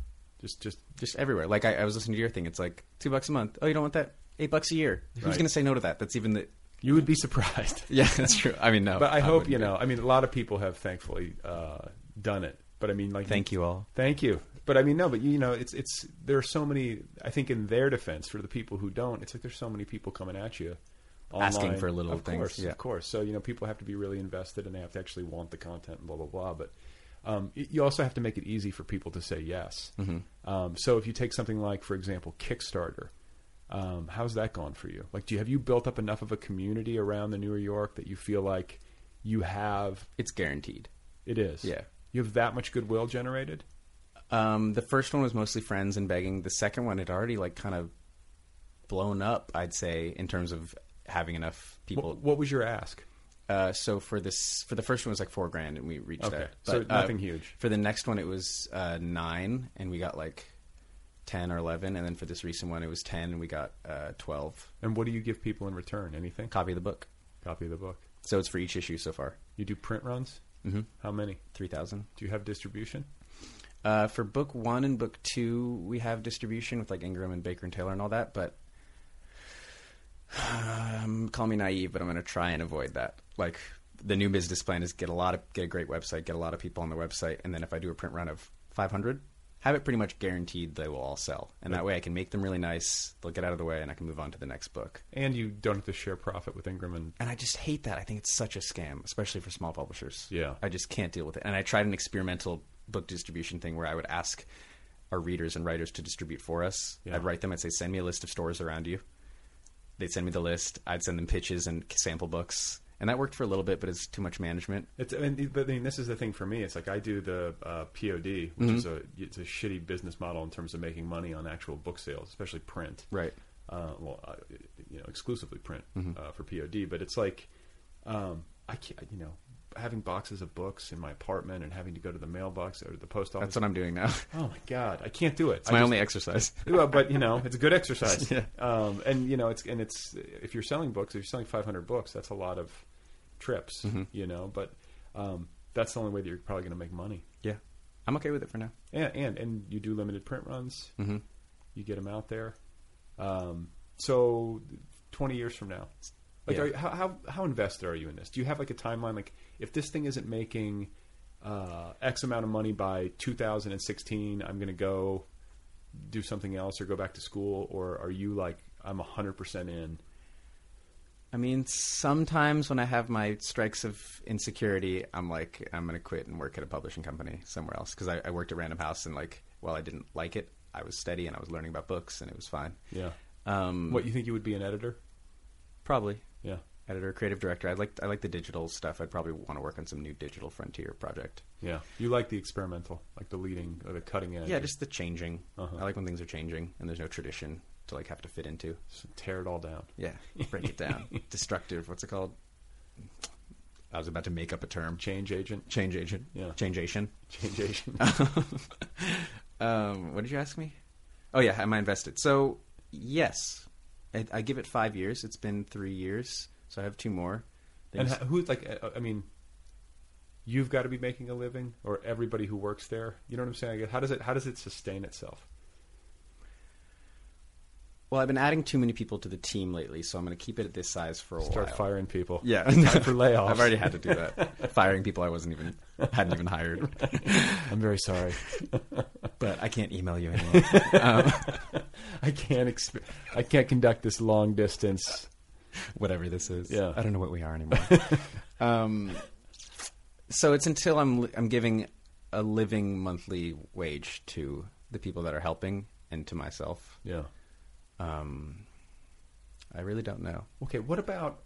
Just, just just everywhere. Like I, I was listening to your thing. It's like two bucks a month. Oh, you don't want that? Eight bucks a year. Who's Right. going to say no to that? That's even the. You would be surprised. Yeah, that's true. I mean, no. But I, hope, wouldn't you do it. know, I mean, a lot of people have thankfully uh, done it. But I mean, like, Thank you all. Thank you. But I mean, no, but you know, it's, it's, there are so many, I think in their defense for the people who don't, it's like there's so many people coming at you. Online. Asking for little of things, course, yeah. of course. So you know, people have to be really invested, and they have to actually want the content, and blah blah blah. But um, y- you also have to make it easy for people to say yes. Mm-hmm. Um, so if you take something like, for example, Kickstarter, um, how's that gone for you? Like, do you, have you built up enough of a community around the New York that you feel like you have? It's guaranteed. It is. Yeah. You have that much goodwill generated. Um, the first one was mostly friends and begging. The second one had already like kind of blown up. I'd say in terms of having enough people. What, what was your ask? Uh, so for this, for the first one it was like four grand, and we reached Okay. that. So uh, nothing huge. For the next one, it was uh, nine, and we got like ten or eleven, and then for this recent one, it was ten, and we got uh, twelve. And what do you give people in return? Anything? Copy of the book. Copy of the book. So it's for each issue so far, You do print runs? Mm-hmm. How many? three thousand. Do you have distribution? Uh, for book one and book two, we have distribution with like Ingram and Baker and Taylor and all that, but um, call me naive, but I'm going to try and avoid that. Like the new business plan is get a lot of get a great website, get a lot of people on the website, and then if I do a print run of 500, have it pretty much guaranteed they will all sell, and that way I can make them really nice. They'll get out of the way, and I can move on to the next book. And you don't have to share profit with Ingram and And I just hate that. I think it's such a scam, especially for small publishers. Yeah. I just can't deal with it. And I tried an experimental book distribution thing where I would ask our readers and writers to distribute for us. Yeah. I'd write them and say, send me a list of stores around you. They'd send me the list. I'd send them pitches and sample books. And that worked for a little bit, but it's too much management. It's I mean, but I mean, this is the thing for me. It's like I do the uh, POD, which Mm-hmm. is a it's a shitty business model in terms of making money on actual book sales, especially print. Right. Mm-hmm. Uh, well, uh, you know, exclusively print uh, for POD. But it's like um, I can't, you know, having boxes of books in my apartment and having to go to the mailbox or the post office. That's what I'm doing now. Oh my god, I can't do it. It's my only exercise. well, but you know, it's a good exercise. Um, and you know, it's and it's if you're selling books, if you're selling 500 books, that's a lot of trips. You know, but um, that's the only way that you're probably going to make money. yeah. I'm okay with it for now. And and, and you do limited print runs. Mm-hmm. You get them out there. Um, so 20 years from now, like, Yeah. are you, how, how how invested are you in this? Do you have like a timeline? Like, if this thing isn't making uh, X amount of money by 2016, I'm going to go do something else or go back to school? Or are you like, I'm 100% in? I mean, sometimes when I have my strikes of insecurity, I'm like, I'm going to quit and work at a publishing company somewhere else. Because I, I worked at Random House, and like, while I didn't like it, I was steady and I was learning about books, and it was fine. Yeah. Um, What you think you would be an editor? probably Yeah. editor, creative director. I like I like the digital stuff. I'd probably want to work on some new digital frontier project. Yeah. You like the experimental, like the leading, or the cutting edge. Yeah, just the changing. Uh-huh. I like when things are changing and there's no tradition to like have to fit into. Just tear it all down. Yeah, break it down. Destructive. What's it called? I was about to make up a term. Change agent. Change agent. Yeah. Change agent. Change agent. um, what did you ask me? Oh yeah, am I invested? So yes, I, I give it five years. It's been three years, so I have two more. And things. ho- who's like? uh, I mean, you've got to be making a living, or everybody who works there. You know what I'm saying? I guess- How does it? How does it sustain itself? well, I've been adding too many people to the team lately, so I'm going to keep it at this size for a Start while. firing people. Yeah, time for layoffs. I've already had to do that. Firing people I wasn't even hadn't even hired. I'm very sorry. But I can't email you anymore. um, I can't. Exp- I can't conduct this long distance. whatever this is. Yeah. I don't know what we are anymore. um, so it's until I'm I'm giving a living monthly wage to the people that are helping and to myself. Yeah. Um, I really don't know. Okay. What about?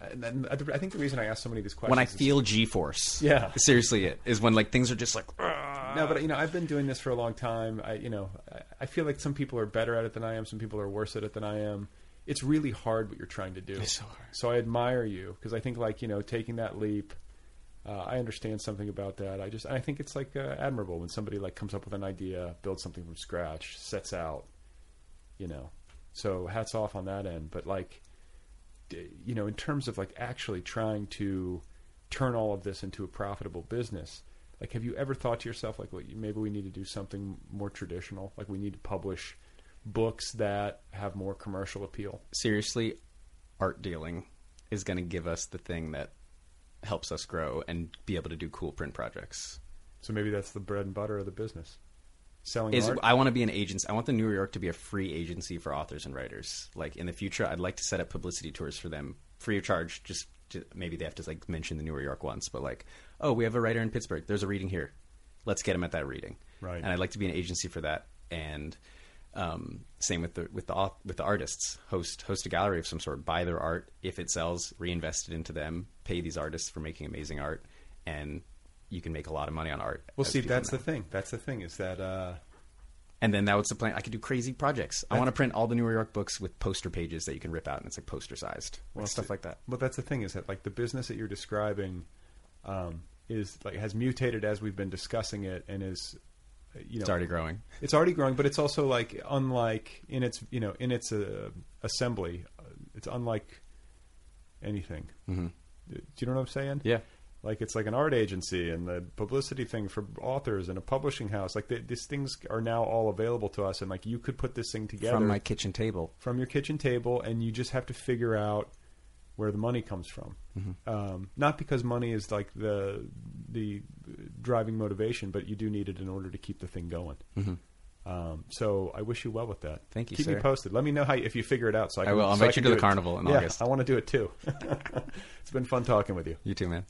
And then, I think the reason I asked somebody this question When I is- feel G-force, Yeah. seriously, it is when like things are just like No, but you know, I've been doing this for a long time. I, you know, I, I feel like some people are better at it than I am. Some people are worse at it than I am. It's really hard what you're trying to do. so hard. So I admire you because I think like you know, taking that leap. Uh, I understand something about that. I just I think it's like uh, admirable when somebody like comes up with an idea, builds something from scratch, sets out. You know, so hats off on that end. But like, d- you know, in terms of like actually trying to turn all of this into a profitable business, like, have you ever thought to yourself, like, well, you- maybe we need to do something more traditional? Like, we need to publish books that have more commercial appeal. seriously, art dealing is going to give us the thing that helps us grow and be able to do cool print projects. So maybe that's the bread and butter of the business. Selling is art. I want to be an agency. I want the New York to be a free agency for authors and writers. Like in the future, I'd like to set up publicity tours for them free of charge. Just to, maybe they have to like mention the New York once, but like, oh, we have a writer in Pittsburgh. There's a reading here. Let's get him at that reading. Right. And I'd like to be an agency for that. And um, same with the with the auth- with the artists. Host host a gallery of some sort. Buy their art. If it sells, reinvest it into them. Pay these artists for making amazing art, and you can make a lot of money on art. well, as see, people that's know. the thing. That's the thing is that uh, And then that was the plan. I could do crazy projects. I want to print all the New York books with poster pages that you can rip out, and it's like poster sized, like stuff like that. Well, that's the thing is that like the business that you're describing um, is like has mutated as we've been discussing it, and is uh, you know It's already growing. It's already growing, but it's also like unlike in its you know in its uh, assembly, uh, it's unlike anything. Mm-hmm. Do you know what I'm saying? Yeah. Like it's like an art agency and the publicity thing for authors and a publishing house. Like th these things are now all available to us, and like you could put this thing together From my kitchen table. from your kitchen table, and you just have to figure out where the money comes from. Mm-hmm. Um, not because money is like the the driving motivation, but you do need it in order to keep the thing going. Um, so I wish you well with that. Mm-hmm. Thank you, Keep me sir. posted. Let me know how if you figure it out. So I, can, will. I'll so invite can you to do the it. carnival in Yeah, August. I want to do it too. it's been fun talking with you. You too, man.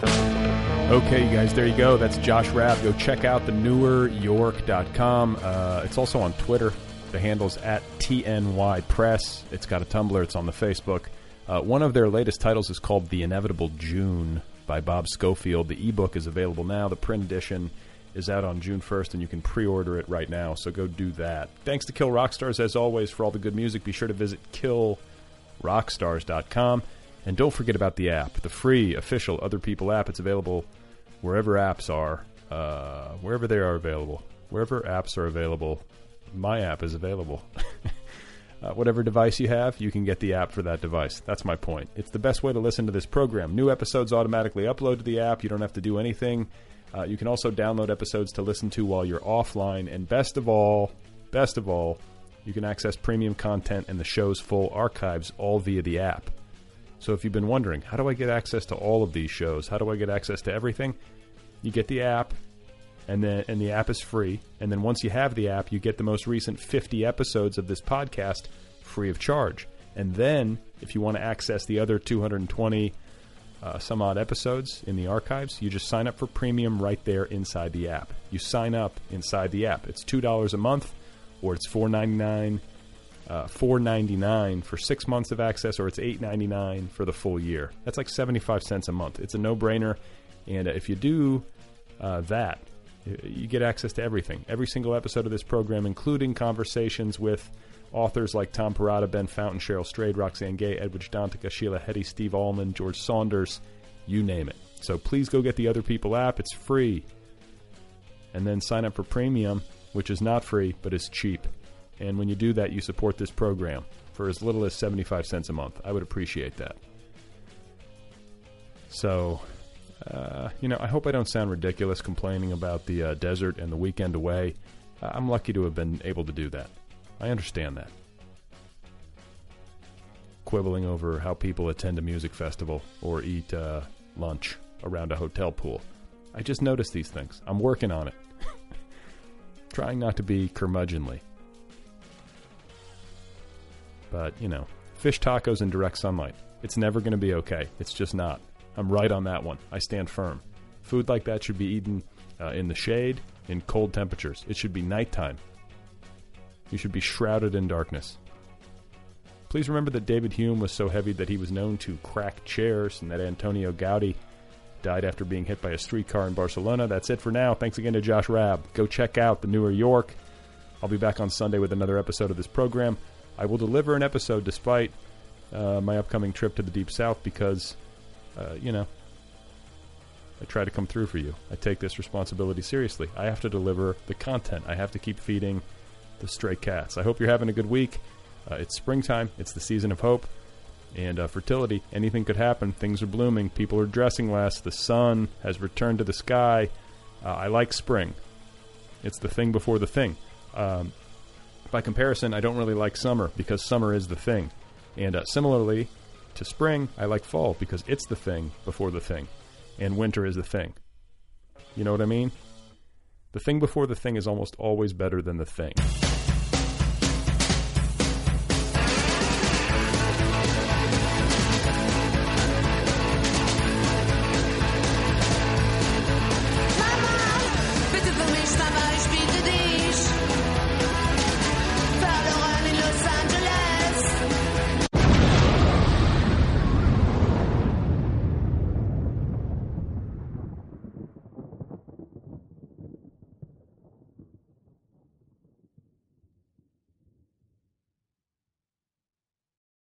Okay, you guys, there you go. That's Josh Rabb. Go check out the neweryork.com. Uh, it's also on Twitter. The handle's at TNY Press. It's got a Tumblr, it's on the Facebook. Uh, one of their latest titles is called The Inevitable June by Bob Schofield. The ebook is available now. The print edition is out on June 1st, and you can pre order it right now, so go do that. Thanks to Kill Rockstars, as always, for all the good music. Be sure to visit Kill rockstars.com. And don't forget about the app, the free official Other People app. It's available wherever apps are, uh, wherever they are available. Wherever apps are available, my app is available. uh, whatever device you have, you can get the app for that device. That's my point. It's the best way to listen to this program. New episodes automatically upload to the app, you don't have to do anything. Uh, you can also download episodes to listen to while you're offline. And best of all, best of all, you can access premium content and the show's full archives all via the app. So if you've been wondering, how do I get access to all of these shows? How do I get access to everything? You get the app, and then and the app is free. And then once you have the app, you get the most recent 50 episodes of this podcast free of charge. And then if you want to access the other 220 uh, some odd episodes in the archives, you just sign up for premium right there inside the app. You sign up inside the app. It's two dollars a month, or it's four ninety nine. Uh, four ninety nine for six months of access, or it's eight ninety nine for the full year. That's like seventy five cents a month. It's a no brainer, and uh, if you do uh, that, y- you get access to everything, every single episode of this program, including conversations with authors like Tom Parada, Ben Fountain, Cheryl Strayed, Roxanne Gay, Edward Dantica, Sheila Hetty, Steve Allman, George Saunders, you name it. So please go get the Other People app. It's free and then sign up for premium, which is not free but is cheap. And when you do that, you support this program for as little as 75 cents a month. I would appreciate that. So, uh, you know, I hope I don't sound ridiculous complaining about the uh, desert and the weekend away. Uh, I'm lucky to have been able to do that. I understand that. Quibbling over how people attend a music festival or eat uh, lunch around a hotel pool. I just notice these things. I'm working on it. Trying not to be curmudgeonly. But, you know, fish tacos in direct sunlight. It's never going to be okay. It's just not. I'm right on that one. I stand firm. Food like that should be eaten uh, in the shade, in cold temperatures. It should be nighttime. You should be shrouded in darkness. Please remember that David Hume was so heavy that he was known to crack chairs and that Antonio Gaudi died after being hit by a streetcar in Barcelona. That's it for now. Thanks again to Josh Rabb. Go check out the newer York. I'll be back on Sunday with another episode of this program. I will deliver an episode despite uh, my upcoming trip to the Deep South because, uh, you know, I try to come through for you. I take this responsibility seriously. I have to deliver the content, I have to keep feeding the stray cats. I hope you're having a good week. Uh, it's springtime, it's the season of hope and uh, fertility. Anything could happen. Things are blooming. People are dressing less. The sun has returned to the sky. Uh, I like spring. It's the thing before the thing. Um, by comparison, I don't really like summer because summer is the thing. And uh, similarly to spring, I like fall because it's the thing before the thing. And winter is the thing. You know what I mean? The thing before the thing is almost always better than the thing.